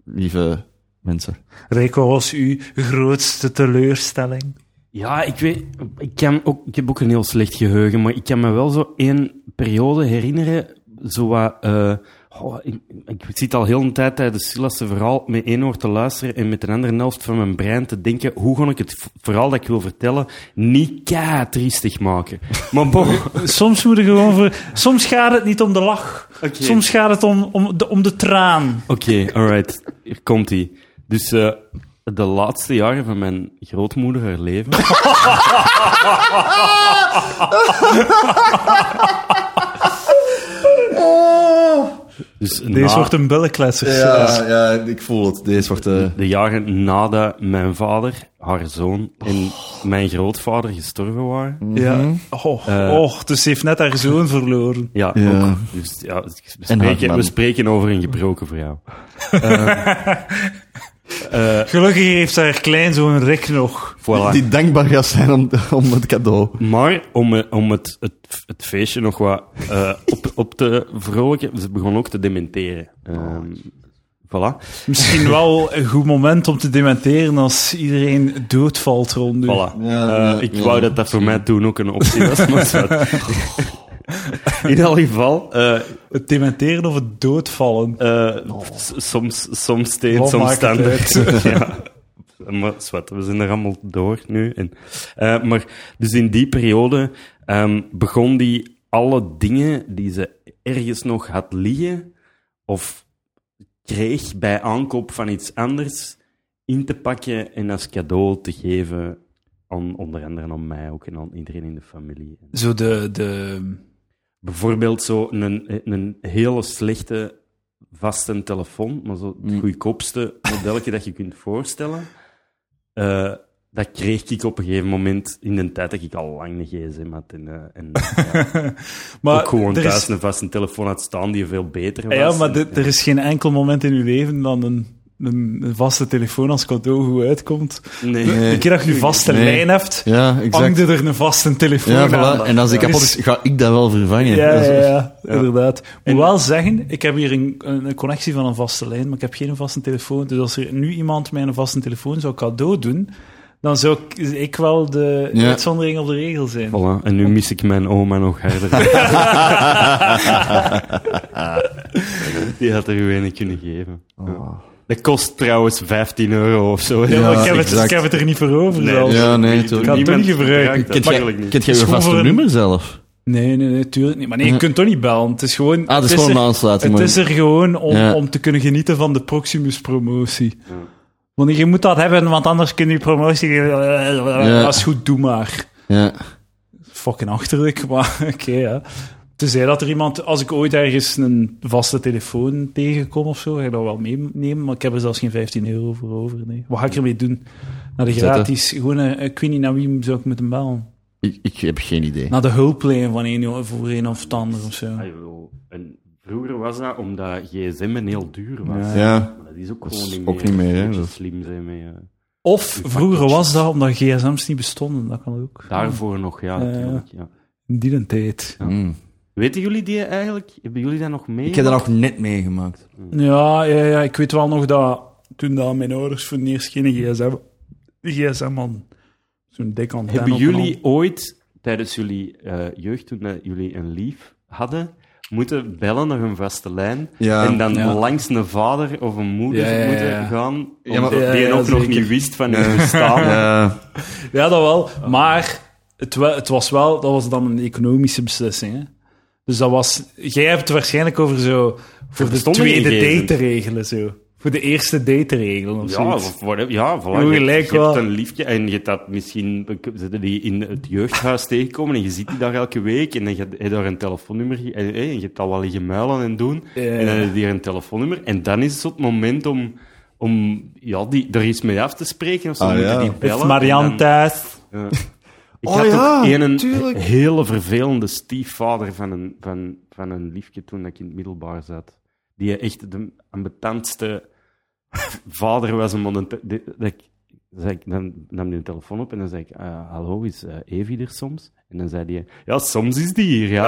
lieve mensen. Rico was uw grootste teleurstelling. Ja, ik weet... Ik, kan ook, ik heb ook een heel slecht geheugen, maar ik kan me wel zo één periode herinneren, zo wat... eh, goh, ik, ik zit al heel een tijd tijdens Silas' verhaal met één oor te luisteren en met een andere helft van mijn brein te denken hoe ga ik het v- verhaal dat ik wil vertellen niet kei triestig maken. Maar bon... Soms moet je gewoon voor... Soms gaat het niet om de lach. Oké. Soms gaat het om, om, de, om de traan. Oké, alright. Hier komt ie. Dus eh, de laatste jaren van mijn grootmoeder haar leven. dus na Deze wordt een bellenkletser. Nou. ja, ik voel het. Deze wordt... eh, de jaren nadat mijn vader, haar zoon en Oh. mijn grootvader gestorven waren. Ja. Mhm. Oh, Eh. oh, dus ze heeft net haar zoon verloren. Ja, Ja. ook. Dus, ja, we, En haar spreken, man. we spreken over een gebroken vrouw. Eh. Gelukkig heeft ze haar kleinzoon Rick nog. Voilà. Die dankbaar gaat zijn om, om het cadeau. Maar om, eh, om het, het, het feestje nog wat eh, op, op te vrolijken, ze begon ook te dementeren. Oh, Ehm, voilà. Misschien wel een goed moment om te dementeren als iedereen doodvalt rond u. voilà. Ja, Eh, ik ja, wou ja. dat dat voor mij toen ook een optie was, maar zwart. In elk geval, eh, Het dementeren of het doodvallen. eh, s- soms, soms steen, Wat soms maakt het standaard. ja. maar zwart, we zijn er allemaal door nu. En, eh, maar dus in die periode ehm, begon die alle dingen die ze ergens nog had liggen of kreeg bij aankoop van iets anders in te pakken en als cadeau te geven aan onder andere aan mij ook en aan iedereen in de familie. Zo de, de... Bijvoorbeeld zo een, een hele slechte vaste telefoon, maar zo het Hmm. Mm. goedkoopste modelletje dat je kunt voorstellen. Eh, dat kreeg ik op een gegeven moment in de tijd dat ik al lang een gsm had. En, eh, en ja, Maar ook gewoon er thuis is, Ah een vaste telefoon had staan die veel beter was. Ja, maar En- de- er is geen enkel moment in uw leven dan een, een, een vaste telefoon als cadeau goed uitkomt. nee. Nee. De keer dat je een vaste Nee. lijn hebt, Ja, exact. hangde er een vaste telefoon Ja, aan. voilà. En als die Ja. kapot is, ga ik dat wel vervangen. Ja, Dat ja, is- ja, inderdaad. Ik moet wel zeggen, ik heb hier een, een een connectie van een vaste lijn, maar ik heb geen vaste telefoon. Dus als er nu iemand mij een vaste telefoon zou cadeau doen, dan zou ik, ik wel de Ja. uitzondering op de regel zijn. Voilà. En nu mis ik mijn oma nog harder. die had er gewoon niet kunnen geven. Oh. Dat kost trouwens 15 euro of zo. Ja, maar Ja, ik, heb het, exact. ik heb het er niet voor over zelfs. ja. nee, niet. toch. Kan het toch niet gebruiken? gebruikt dat, Kent jij, natuurlijk niet. kent jij je Is gewoon vaste voor een- nummer zelf? Nee, nee, nee, tuurlijk niet. Maar nee, je kunt toch niet bellen. Het is gewoon... Ah, dat is gewoon een er, aansluiting. het maar- is er gewoon om, Ja. om te kunnen genieten van de Proximus-promotie. Want je moet dat hebben, want anders kun je promotie... Dat is goed, doe maar. Ja. fucking achterlijk, maar oké, ja. Tenzij dat er iemand, als ik ooit ergens een vaste telefoon tegenkom of zo, ga ik dat wel meenemen, maar ik heb er zelfs geen 15 euro voor over. Nee. Wat ga ik ermee doen? Naar de Zetten. gratis, gewoon, eh, ik weet niet naar wie zou ik moeten bellen. Ik, ik heb geen idee. Naar de hulplijn van een, voor een of het ander of zo. Ah, joh. En vroeger was dat omdat gsm'en heel duur was. Ja. Maar dat is ook Dat gewoon is niet meer. ook niet meer, hè. Moet je Dat- slim zijn mee. eh. Of vroeger was dat omdat gsm's niet bestonden, dat kan ook. Daarvoor nog, ja, Ja. natuurlijk. Ja. In die tijd. Mm. Weten jullie die eigenlijk? Hebben jullie dat nog mee? Ik heb dat nog net meegemaakt. Ja, ja, ja, ik weet wel nog dat toen dat mijn ouders voor het eerst geen gsm, gsm hadden. Zo'n dik antenne. Hebben op een jullie ooit, tijdens jullie eh, jeugd, toen dat jullie een lief hadden, moeten bellen naar een vaste lijn Ja. en dan Ja. langs een vader of een moeder Ja, ja, ja, moeten ja. gaan, Ja, maar- omdat Ja, die ja, ook nog zeker. niet wist van hun bestaan? Ja. Ja, dat wel. Maar het, wa- het was wel, dat was dan een economische beslissing. Hè? Dus dat was, jij hebt het waarschijnlijk over zo voor de bestonden tweede geen date gegevens. te regelen. Zo. Voor de eerste date te regelen of Ja, zoiets. of whatever. Ja, voilà. Hoe Je, gelijk hebt- je hebt wel. een liefje en je hebt dat misschien zitten die in het jeugdhuis tegenkomen en je ziet die daar elke week en dan heb je daar een telefoonnummer ge- en, eh, en je hebt al wel liggen muilen en doen Ja. en dan heb je hier een telefoonnummer en dan is het zo het moment om, om ja, die, er iets mee af te spreken of zo. Ah, Dan moeten ja. die Of Of bellen Marianne en dan- thuis. ja. Ik Oh had ja, ook een tuurlijk. he- hele vervelende stiefvader van een, van, van een liefje toen ik in het middelbaar zat. Die echt de ambetantste vader was. Om een te- de- dat ik, zei ik, dan nam die de telefoon op en dan zei ik, eh, hallo, is eh, Evie er soms? En dan zei hij, ja, soms is die hier, ja.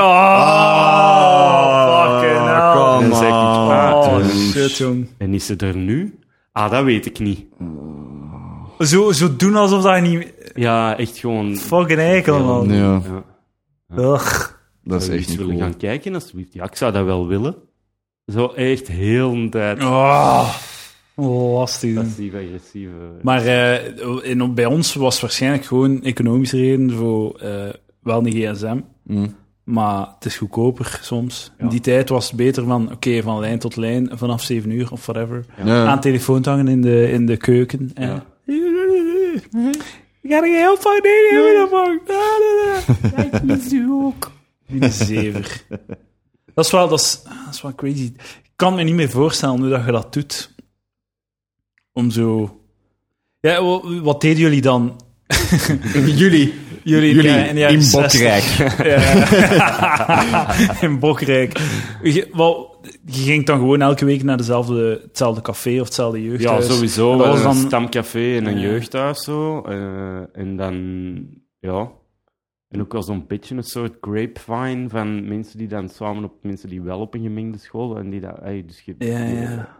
Oh, fucking hell. Ah, come Dan zeg ik, on. ah, Oh, dus. shit, jong. En is ze er nu? Ah, dat weet ik niet. Zo, zo doen alsof dat je niet... Ja, echt gewoon... Fucking eikel, man. Ja, Ja. Ugh. dat is echt Zou je eens niet willen cool. gaan kijken, alsjeblieft. Ja, ik zou dat wel willen. Zo echt heel een tijd Oh, lastig. Oh, doen. passief-agressieve... Maar eh, in, bij ons was waarschijnlijk gewoon economische reden voor eh, wel een gsm. Mm. Maar het is goedkoper soms. In die tijd was het beter van, oké, van lijn tot lijn, vanaf 7 uur of whatever. Aan Ja. de telefoon te hangen in de, in de keuken. En... Ja. Ik ga er geen hulp van, nee, nee, nee, nee, nee, nee. Ik mis u ook. Die zever. Dat is wel, dat is, ah, dat is wel crazy. Ik kan me niet meer voorstellen hoe dat je dat doet. Om zo... Ja, wa- wat deden jullie dan? Jullie, Jullie, jullie ja, in de jaren in 60. Bokrijk. Ja. in Bokrijk. Je, wel, je ging dan gewoon elke week naar dezelfde, hetzelfde café of hetzelfde Ja, jeugdhuis? sowieso. dus, Dat wel was een dan- stamcafé en een Ja. jeugdhuis zo. eh, en dan... Ja. En ook wel zo'n beetje een soort grapevine van mensen die dan samen op... Mensen die wel op een gemengde school... En die dat, ey, dus je- Ja, ja.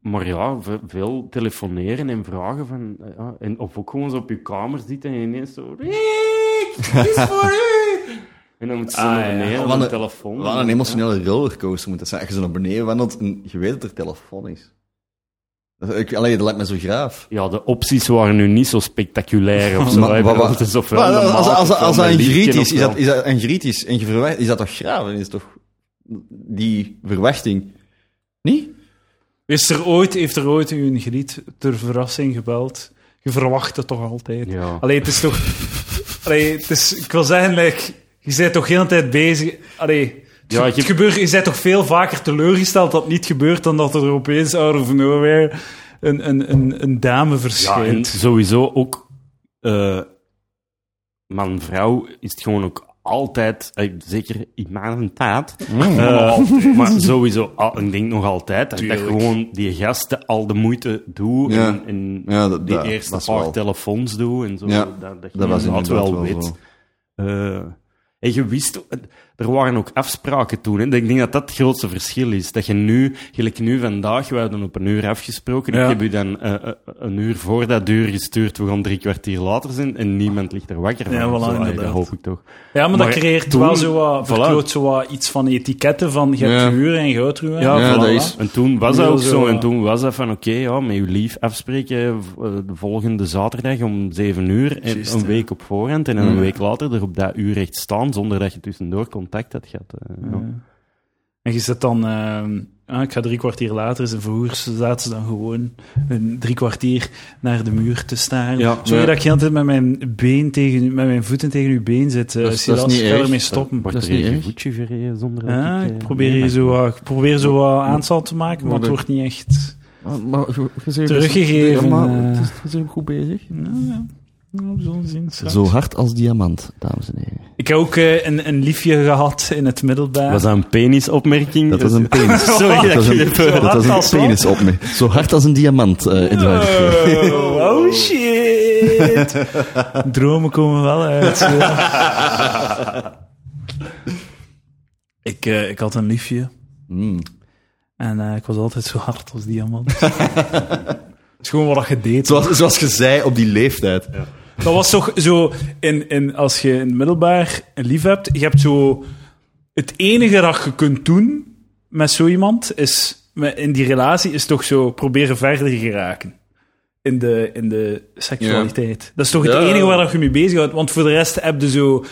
Maar ja, ve- veel telefoneren en vragen van... eh, ja, en of ook gewoon zo op je kamer zitten en ineens zo... Rick, het is voor u! En dan moet ze Ah, naar ja. beneden Wat op de een- telefoon. Wat een emotionele rollercoaster moet dat zijn. Als je zo naar beneden wandelt en je weet dat er telefoon is. Ik, allee, dat lijkt me zo graaf. Ja, de opties waren nu niet zo spectaculair of zo. Maar- hè. maar- Dat is of wel Maar de als, als, maat als, of wel dat een een liedje griet is, of is dat, wel- is dat een griet is, en je verwacht, is dat toch graaf? Dan is toch die verwachting? Niet? Is er ooit, heeft er ooit u een griet ter verrassing gebeld? Je verwacht het toch altijd? Ja. Allee, het is toch... Allee, het is, ik wil zeggen, like, je bent toch de hele tijd bezig... Allee, het, Ja, ge- je- het gebeurt, je bent toch veel vaker teleurgesteld dat het niet gebeurt dan dat er opeens out of nowhere een, een, een, een dame Ja, en verschijnt. sowieso ook eh, man-vrouw is het gewoon ook altijd, eh, zeker in mijn tijd, Mm. eh, maar sowieso, al- ik denk nog altijd, dat, dat Tuurlijk. gewoon die gasten al de moeite doen Ja. en, en Ja, dat, die dat- eerste dat is paar wel- telefoons doen en zo. Ja, dat, Dat was inderdaad inderdaad wel, wel weet. zo. Eh, en je wist, er waren ook afspraken toen. Hè. Ik denk dat dat het grootste verschil is. Dat je nu, gelijk nu vandaag, we hadden op een uur afgesproken. Ja. Ik heb u dan eh, eh, een uur voor dat uur gestuurd. We gaan drie kwartier later zijn en niemand ligt er wakker van. Ja, voilà, Zo, allee, dat inderdaad. hoop ik toch. Ja, maar, maar dat creëert toen- wel zo wat, voilà. verkloot zo wat iets van etiketten van je hebt Ja. je huur en je houdt er aan. Ja, Ja, voilà. dat is- En toen was dat Ja, ook zo, zo. ja. En toen was dat van, oké, ja, met uw lief afspreken v- eh, de volgende zaterdag om zeven uur. En Juist, een ja. week op voorhand en dan een Ja. week later er op dat uur echt staan, zonder dat je tussendoor contact had gehad. eh, ja. En je zit dan, ehm, ah, ik ga drie kwartier later, ze verhoer, ze zaten ze dan gewoon een drie kwartier naar de muur te staren. Ja. Sorry Ja. dat ik de hele tijd met mijn, been tegen, u- met mijn voeten tegen uw been zit. eh Dat is- dat is Silas, niet ik ga erg. ermee stoppen. Wordt Dat er is niet een erg. voetje verreden zonder dat Ah, ik, ik eh, probeer nee, hier maar- zo, wat- ik probeer zo wat aantal te maken, maar het Maar wordt niet echt... Maar, maar je- je zegt- Teruggegeven, Ja, maar eh. het is- we zijn goed bezig. Nou, ja. Nou, we zullen zien straks. Zo hard als diamant, dames en heren. Ik heb ook eh, een, een liefje gehad in het middelbaar. Was dat een penisopmerking? dus Dat was een penis. Sorry dat, dat was je een, dit, eh, hard dat was als een wat? penis op me. Zo hard als een diamant, eh Edouard. Oh, oh shit! Dromen komen wel uit. ja. ik, eh, ik had een liefje Mm. en eh, ik was altijd zo hard als diamant. Het is gewoon wat je deed. Zoals, zoals je zei op die leeftijd. Dat was toch zo, in, in, als je in het middelbaar een lief hebt, je hebt zo... Het enige dat je kunt doen met zo iemand, is, met- in die relatie, is toch zo proberen verder te geraken. In de, in de seksualiteit. Dat is toch het Ja. enige waar dat je mee bezig houdt. Want voor de rest heb je zo,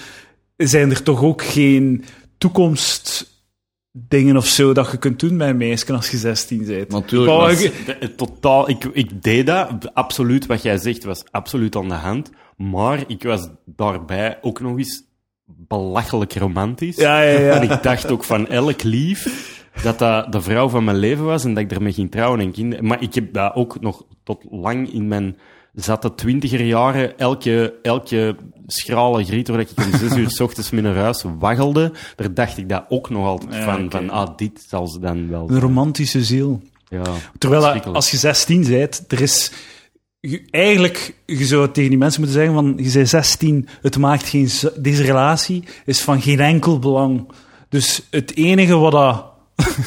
zijn er toch ook geen toekomstdingen of zo dat je kunt doen met een meisje als je 16 bent. Natuurlijk. Maar was- ik- de- eh, totaal, ik, ik deed dat, absoluut, wat jij zegt was absoluut aan de hand, maar ik was daarbij ook nog eens belachelijk romantisch. Ja, ja, ja. En ik dacht ook van elk lief dat dat de vrouw van mijn leven was en dat ik ermee ging trouwen en kinderen. Maar ik heb dat ook nog tot lang in mijn zatte twintiger jaren elke, elke schrale griet waar ik om zes uur s ochtends mee naar huis waggelde, daar dacht ik dat ook nog altijd Ja, van, oké. van ah, dit zal ze dan wel Een zijn. romantische ziel. Ja, Terwijl dat- verschrikkelijk. als je 16 bent, er is. je- eigenlijk, je zou tegen die mensen moeten zeggen: van je bent 16, het maakt geen. z- Deze relatie is van geen enkel belang. Dus het enige wat, dat,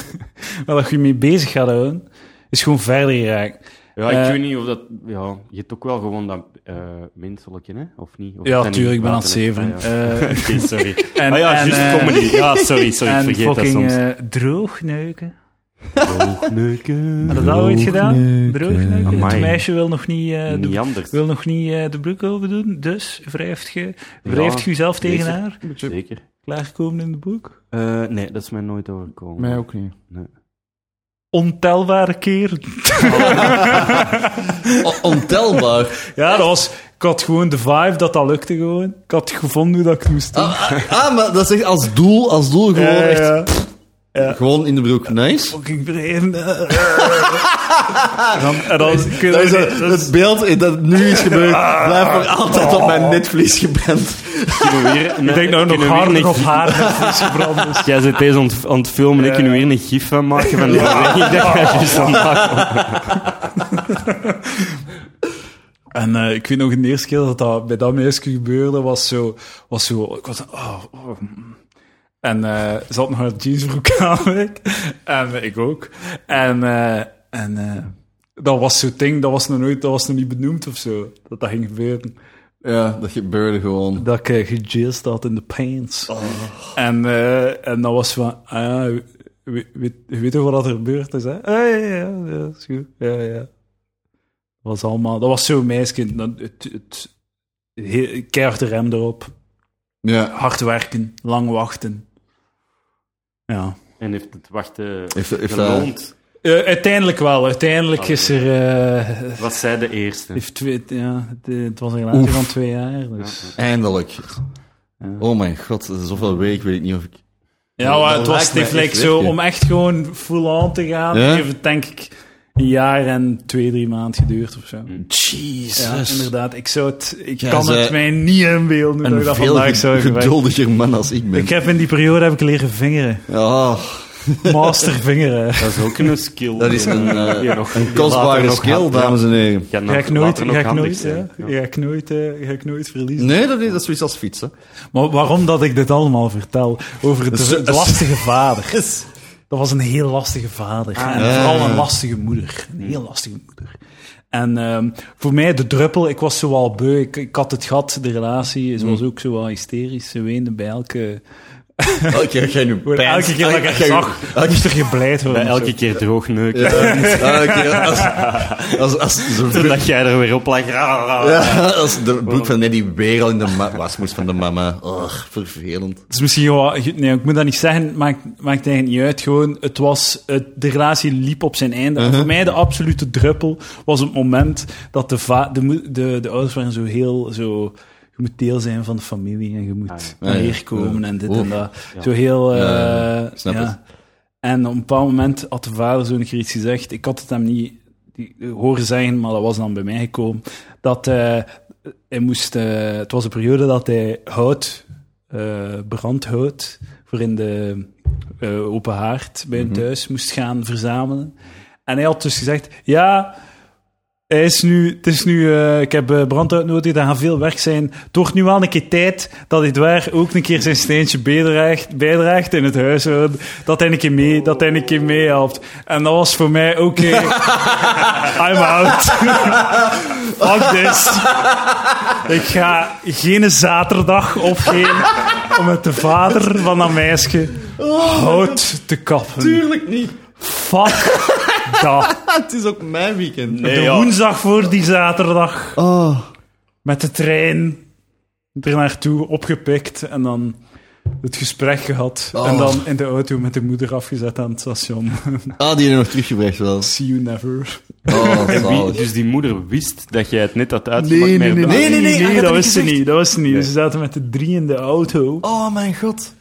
wat dat je mee bezig gaat houden, is gewoon verder geraakt. Ja, ik Eh, weet niet of dat... Ja, je hebt ook wel gewoon dat eh, menselijke, hè? Of niet? Of Ja, dat tuurlijk, ik ben aan het niet buiten, zeven. Eh, hè? Ah, ja. Oké, sorry. En, ah ja, en, juist eh, comedy. Ja, sorry, sorry, ik en vergeet dat fucking soms. eh, droogneuken. Oogneuken. Had je dat ooit gedaan? Droogneuken. Droogneuken. Amai. Het meisje wil nog niet, eh, de, Niet anders. wil nog niet eh, de broek over doen, dus wrijft je wrijft Ja, je jezelf tegen zeker. haar. Zeker. Klaargekomen in de boek. Eh, nee, dat is mij nooit overkomen. ook niet. ontelbare keer. ontelbaar. Ja, dat was, ik had gewoon de vibe dat dat lukte gewoon. Ik had gevonden hoe dat ik het moest doen. Ah, ah, ah, maar dat is echt als doel, als doel gewoon Ja, ja, echt... ja. ja. Gewoon in de broek. Nice. Fucking brein. En dan- en dan- Dat is Ah. het, het beeld dat nu is gebeurd, blijft voor altijd op mijn netvlies gebrand. Kunnen we weer, Ik denk nou nog harder of harder is verbrand is. Jij zit deze aan het- aan het filmen, ik kan weer een gif van maken van die beweging dat jij juist aan het maken was. En eh, ik weet nog de eerste keer dat dat bij dat meisje gebeurde, was zo... Was zo ik was zo, oh, oh, mm. En eh ze had nog een jeansbroek aan, ik. En eh, ik ook. En, eh, en eh, dat was zo'n ding, dat was nog nooit, dat was nog niet benoemd of zo. Dat dat ging gebeuren. Ja, dat gebeurde gewoon. Dat ik uh, gejazz had in de pants. En, eh, en dat was van, ah ja, we- weet, je weet toch wat er gebeurd is, hè? Ah, ja, ja, ja, dat is goed. Ja, ja. was allemaal, dat was zo'n meisje. Dat, het, het, heel- keihard de rem erop. Ja. Hard werken, lang wachten. Ja. En heeft het wachten Heeft- heeft, geloond? Eh, uiteindelijk wel. Uiteindelijk Ah, is er... eh, Was zij de eerste? heeft twee, ja, het, eh, het was een relatie Oef. van twee jaar. Dus. Eindelijk. Ja. Oh mijn god, zoveel week weet ik niet of ik... Ja, maar Dat het lijkt was me het gelijk echt zo, werken. om echt gewoon full-on te gaan, Ja? heeft denk ik een jaar en twee, drie maanden geduurd of zo. Mm. Ja, Jezus. inderdaad. Ik, zou het, ik Jij kan zei- het mij niet inbeelden dat een ik dat veel vandaag zou hebben gewerkt. geduldiger man als ik ben. Ik heb in die periode heb ik leren vingeren. Ah, Master vingeren. Dat is ook een skill. dat is een, eh, Die je nog- een kostbare later nog skill, had, dames en heren. Ja, nog- Ga ik nooit, later nog ga ik handig nooit, zijn. ja. Ga ik nooit, eh, ga ik nooit verliezen. Nee, dat is, dat is zoiets als fietsen. Maar waarom dat ik dit allemaal vertel? Over de, is- dat de is- lastige vader. Dat Ah, was een heel lastige vader. en ja. vooral een lastige moeder. Een heel lastige moeder. En ehm, voor mij de druppel, ik was zo al beu. Ik, ik had het gat, de relatie. Ze was ook zo wel hysterisch. Ze weende bij elke... Elke keer ga je nu Ah, Voor pijn- elke keer dat ik haar Elke- zag, elke- moest er gebleid worden. Bij elke keer droog neuken. Ja, elke keer Ah, als, als, als, zo'n broek- Dat jij er weer op lag. Ra, ra, ra. ja, als de broek van Eddie weer al in de ma- wasmoes van de mama. Och, vervelend. Het is misschien gewoon... Nee, ik moet dat niet zeggen. Maakt, maakt eigenlijk niet uit. Gewoon, het was... Het, de relatie liep op zijn Mhm. einde. En Voor mij de absolute druppel was het moment dat de, va- de, mo- de, de ouders waren zo heel... Zo, je moet deel zijn van de familie en je moet Ah, ja. Ja, ja. neerkomen en dit Oeh. en dat. Zo heel... eh, Ja, ja, ja. Snap ja. het. En op een bepaald moment had de vader zo'n keer iets gezegd. Ik had het hem niet die- eh, horen zeggen, maar dat was dan bij mij gekomen. Dat eh, hij moest... eh, het was een periode dat hij hout eh, brandhout voor in de eh, open haard bij hem Mhm. thuis moest gaan verzamelen. En hij had dus gezegd, ja, hij is nu, het is nu, eh, ik heb eh, brandhout nodig, daar gaat veel werk zijn. Het wordt nu wel een keer tijd dat Edouard ook een keer zijn steentje bijdraagt, bijdraagt in het huis. eh, Dat hij een keer mee, dat hij een keer meehelpt. En dat was voor mij, oké, I'm out. Fuck this. Ik ga geen zaterdag opgeven om met de vader van dat meisje hout te kappen. Tuurlijk niet. Fuck dat. Het is ook mijn weekend. De woensdag voor die zaterdag Oh. met de trein er naartoe opgepikt en dan het gesprek gehad. Oh. En dan in de auto met de moeder afgezet aan het station. Ah, die hebben nog teruggebracht wel. See you never. Oh, En wie- zalig. dus die moeder wist dat jij het net had uitgemaakt. Nee, maar nee, nee, dat- nee, nee, nee, hij had dat het was ze gezegd. niet. Dat was ze niet. Ze zaten met de drie in de auto. Oh, mijn god.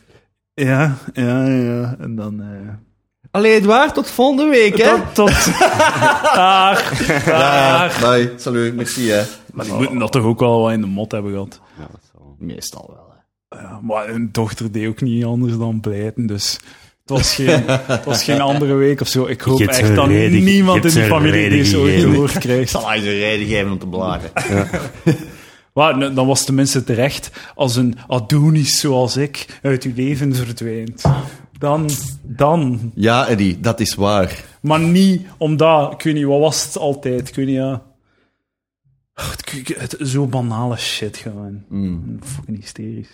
Ja, ja, ja. En dan... eh, Allee, Edouard, tot volgende week, Tot, tot. Dag. Dag. Dag. Bye. Salut, merci, hè. Maar die moeten dat toch ook wel wat in de mot hebben gehad. Ja, dat zal- Meestal wel, hè. Ja, maar hun dochter deed ook niet anders dan blijten, dus... Het was, geen, het was geen andere week of zo. Ik hoop Je hebt echt ze dat reden- je niemand hebt in die ze familie reden deze ooit gegeven. te horen krijgt. Zal hij ze reden geven om te blagen. Maar nou, dan was het tenminste terecht als een Adonis zoals ik uit uw leven verdwijnt. Dan, dan. Ja, Eddie, dat is waar. Maar niet omdat, ik weet niet, wat was het altijd? Ik weet niet, ja... Ach, het- ik- het- Zo banale shit gewoon. Fucking hysterisch.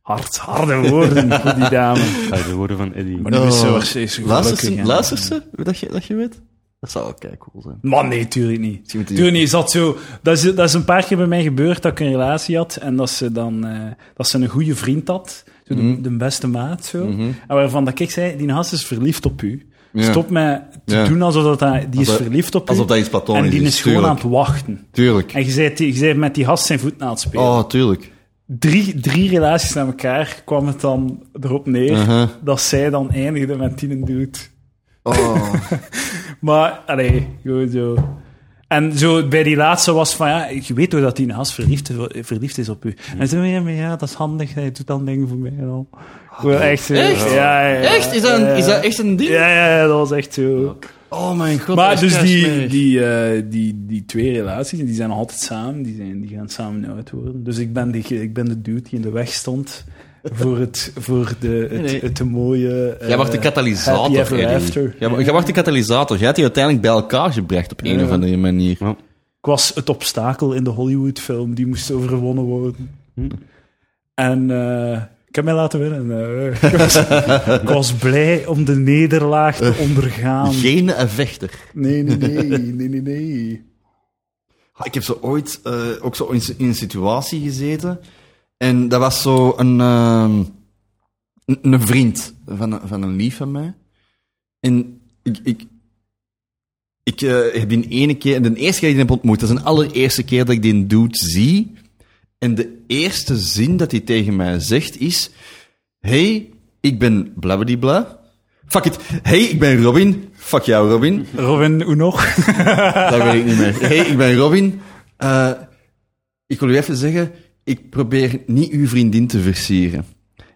Hard, harde woorden voor die dame. Ja, de woorden van Eddie. Maar nu is ze waarschijnlijk zo Luister gelukkig, ze, hè. luister ze, dat je, dat je weet? Dat zou wel cool zijn. Maar nee, tuurlijk niet. Misschien moet die- Tuurlijk niet. Is dat, zo, dat, is, dat is een paar keer bij mij gebeurd dat ik een relatie had en dat ze dan eh, dat ze een goede vriend had. Zo de, Mhm. de beste maat. Zo. En waarvan dat ik zei: die gast is verliefd op u. Ja. Stop met te Ja. doen alsof dat, hij- die is Alsof- verliefd op alsof u. dat iets platonisch En die is, is, gewoon aan tuurlijk. het wachten. Tuurlijk. En je zei, je zei met die gast zijn voet aan het spelen. Oh, tuurlijk. Drie, drie relaties na elkaar kwam het dan erop neer Uh-huh. dat zij dan eindigde met tien en dude. Oh. Maar, allee, gewoon zo. En zo bij die laatste was van, ja, ik weet toch dat die gast verliefd, verliefd is op u. En zo, ja, maar ja, dat is handig, hij doet dan dingen voor mij en al. Gewoon echt zo. Ah, Echt? Ja, ja, ja. Echt? Is dat, een- Ja, is dat echt een ding? Ja, ja, ja, dat was echt zo. Oh mijn god. Maar dat is dus die, keismerig. die, eh, die, die twee relaties, die zijn nog altijd samen, die, zijn, die gaan samen uit worden. Dus ik ben, die, ik ben de dude die in de weg stond voor het, voor de, het, nee. het mooie... eh, Jij wacht de happy katalysator, ever Eddie. after. Jij, wa- jij wacht de katalysator. Jij hebt die uiteindelijk bij elkaar gebracht op een Ja. of andere manier. Ik eh, was het obstakel in de Hollywoodfilm, die moest overwonnen worden. Hm. En eh, ik heb mij laten winnen. eh. ik, was, ik was blij om de nederlaag te ondergaan. Geen vechter. Nee, nee, nee, nee, nee, nee. Ah, Ik heb zo ooit eh, ook zo in, in een situatie gezeten. En dat was zo een, ehm, een, een vriend van, een- van een lief van mij. En ik, ik, ik eh, heb die ene keer, de eerste keer die ik heb ontmoet, dat is de allereerste keer dat ik die dude zie. En de eerste zin dat hij tegen mij zegt is: Hey, ik ben blabbedibla. Fuck it. Hey, ik ben Robin. Fuck jou, Robin. Robin Unog. Dat weet ik niet meer. Hey, ik ben Robin. Eh, ik wil u even zeggen, ik probeer niet uw vriendin te versieren.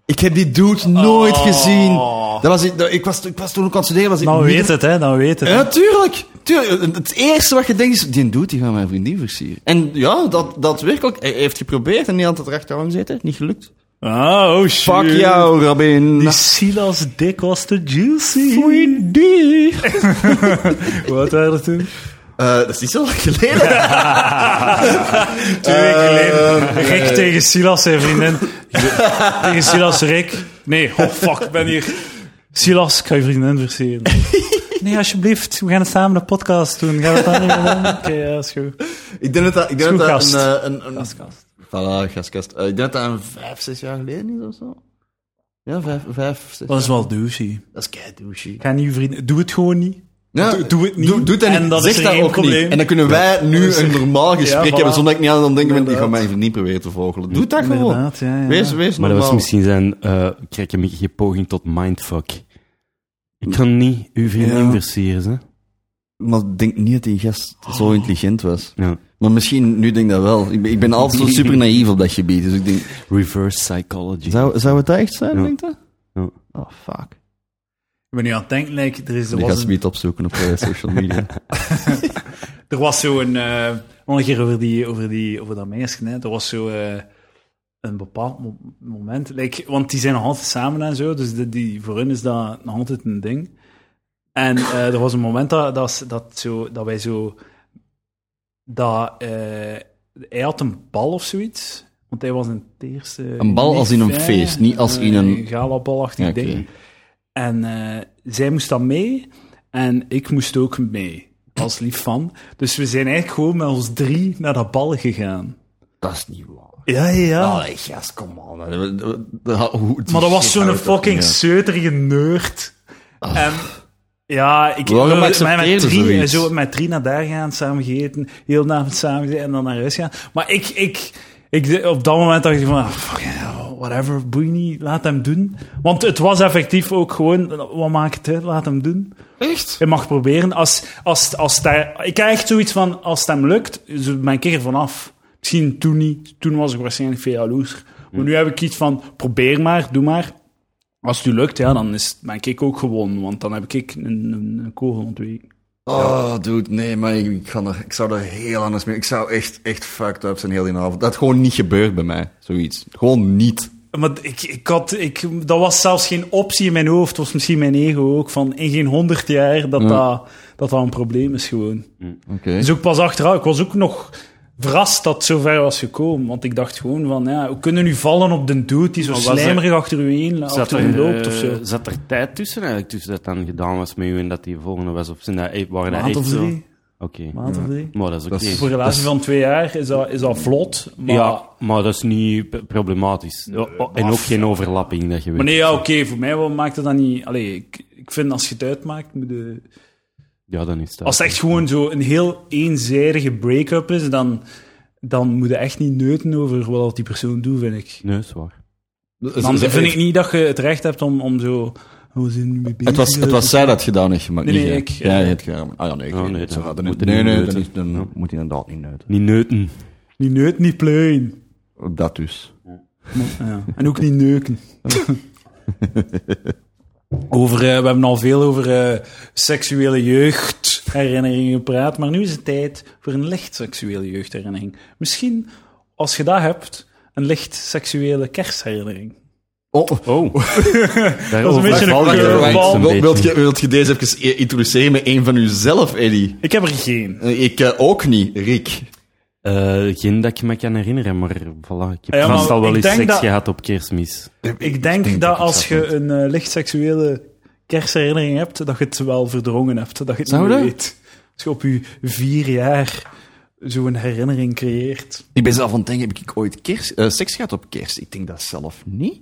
Ik heb die dude Oh. nooit gezien. Dat was, ik, dat- ik, was, ik was toen ook aan het studeren. Was ik Dan midden- weet het, hè. Dan weet Nou, het. Ja, tuurlijk. tuurlijk. Het eerste wat je denkt is, die doet, die gaat mijn vriendin versieren. En ja, dat, dat werkelijk. Hij heeft geprobeerd en die had het rechterarm zitten. Niet gelukt. Ah, oh, shit. Fuck jou, Robin. Die Silas dik was te juicy. Sweet D. Wat waren dat toen? Eh, dat is niet zo lang geleden. Twee weken geleden. Rick tegen Silas, zijn vriendin. tegen Silas, Rick. Nee, oh fuck, ik ben hier. Silas, ik ga je vriendin versieren. Nee, alsjeblieft, we gaan samen een podcast doen. Gaan we dat dan doen? Oké, ja, is goed. Ik denk dat dat, ik denk dat, dat Schoenkast. een, eh, een, een, Podcast. Voilà, gaskast. Eh, ik denk dat dat een vijf, zes jaar geleden is of zo. Ja, vijf, vijf zes. Dat is wel douchey. Dat is kei douchey. Ga niet je vrienden... Doe het gewoon niet. Ja, Doe- doe het niet. Doe, doe het en, En dat zeg is er dat geen ook probleem. niet. En dan kunnen wij nu is er- een normaal gesprek Ja, voilà. hebben, zonder dat ik niet aan dan denken ben, die gaan Inderdaad. mij niet proberen te vogelen. Doe dat gewoon. Inderdaad, ja, ja. Wees, wees Maar dat normaal. was misschien zijn eh krekkemikkige poging tot mindfuck. Ik kan niet uw vriendin Ja. versieren, hè. Maar ik denk niet dat die gast zo intelligent was. Ja. Maar misschien, nu denk ik dat wel. Ik ben, ik ben altijd zo super naïef op dat gebied, dus ik denk... Reverse psychology. Zou, zou het dat echt zijn, Ja. denk je? Ja. Oh, fuck. Ik ben nu aan het denken, like, er, is, er, Die was gast een, biedt opzoeken op eh, social media. er was zo'n... eh nog een keer over, die, over, die, over dat meisje, hè. Er was zo... eh, een bepaald mo- moment. Like, want die zijn nog altijd samen en zo, dus de- die, voor hun is dat nog altijd een ding. En eh, er was een moment dat, dat, ze- dat, zo, dat wij zo. Dat, eh, hij had een bal of zoiets. Want hij was een eh, teerste. Een bal als in een feest, niet als in een- Galabal-achtig Ja, oké. ding. En eh, zij moest dan mee. En ik moest ook mee. Als lief van. Dus we zijn eigenlijk gewoon met ons drie naar dat bal gegaan. dat is niet waar. Ja, ja, ja. Allee, gast, kom Oh, on. Maar Maar dat was zo'n fucking zeuterige nerd. Ah. En ja, ik Waarom we- met, met, accepteerde drie, eh, zoiets? zo, met drie naar daar gaan, samen gegeten, heel de avond samen zijn en dan naar huis gaan. Maar ik, ik, ik, op dat moment dacht ik van, ah, fuck, yeah, whatever, boei niet, laat hem doen. Want het was effectief ook gewoon, wat maakt het uit, laat hem doen. Echt? Je mag proberen. Als, als, als daar, ik krijg echt zoiets van, als het hem lukt, zo ben ik er vanaf. Misschien toen niet. Toen was ik waarschijnlijk veel jaloers. Hmm. Maar nu heb ik iets van, probeer maar, doe maar. Als het u lukt, ja, dan is, ben ik ook gewonnen. Want dan heb ik een, een, een kogel ontweken. Oh, dude, nee, maar ik, ik, kan er, ik zou er heel anders mee... Ik zou echt, echt fucked up zijn heel die avond. Dat had gewoon niet gebeurd bij mij, zoiets. Gewoon niet. Maar ik, ik had, ik, dat was zelfs geen optie in mijn hoofd. Het was misschien mijn ego ook. Van in geen honderd jaar dat, Ja. dat, dat dat een probleem is gewoon. Oké. Dus ook pas achteraf. Ik was ook nog verrast dat het zo ver was gekomen. Want ik dacht gewoon van, ja, we kunnen nu vallen op de dude die zo Maar was er- slijmerig achter u heen Zat achter u er, loopt of eh, zo. zat er tijd tussen eigenlijk, tussen dat dan gedaan was met u en dat die volgende was? Of zijn dat, eh, waren dat Maand echt of zo? drie. Oké. Maand of drie. Maar dat is oké. Dat is- Voor een relatie van twee jaar is dat, is dat vlot. Maar, Dus- Ja, maar dat is niet p- problematisch. O- o- en ook geen overlapping, dat je weet. maar nee, ja, oké, voor mij wel maakt het dat niet... Allee, ik, ik vind als je het uitmaakt, moet je... Ja, dan is dat... Als het echt gewoon zo een heel eenzijdige break-up is, dan, dan moet je echt niet neuten over wat die persoon doet, vind ik. Nee, zwaar. Dus Dan vind ik niet dat je het recht hebt om, om zo... Oh, we zijn nu mee bezig. Het was, het was zij dat gedaan heeft gemaakt, Nee, niet nee, jij. ik, eh, Ja, je hebt gedaan. Ah ja, nee. ik- Oh, nee, zo dan gaat het moet niet. hij nee, nee, niet neuten. dan, is- dan Ja. moet hij inderdaad niet neuten. Niet neuten. Niet neut, niet pleun. Dat dus. Ja. En ook niet neuken. over, eh, we hebben al veel over eh, seksuele jeugdherinneringen gepraat, maar nu is het tijd voor een licht seksuele jeugdherinnering. Misschien, als je dat hebt, een licht seksuele kerstherinnering. Oh, Oh. een beetje een wacht, eh, wacht, bal. Wilt- Wilt je, wilt je deze even i- introduceren met een van uzelf, Eddie? Ik heb er geen. Eh, Ik eh, ook niet, Rick. Eh, geen dat ik me kan herinneren, Ah maar voilà. Ik heb Ja, maar vast al wel ik eens denk seks dat- gehad op kerstmis. Ik denk dat, dat ik als dat je een eh, licht seksuele kerstherinnering hebt, dat je het wel verdrongen hebt. Dat je het Zou niet meer dat? weet. Als je op je vier jaar eh, zo'n herinnering creëert. Ik ben zelf aan het denken, heb ik ooit kerst, eh, seks gehad op kerst? Ik denk dat zelf niet.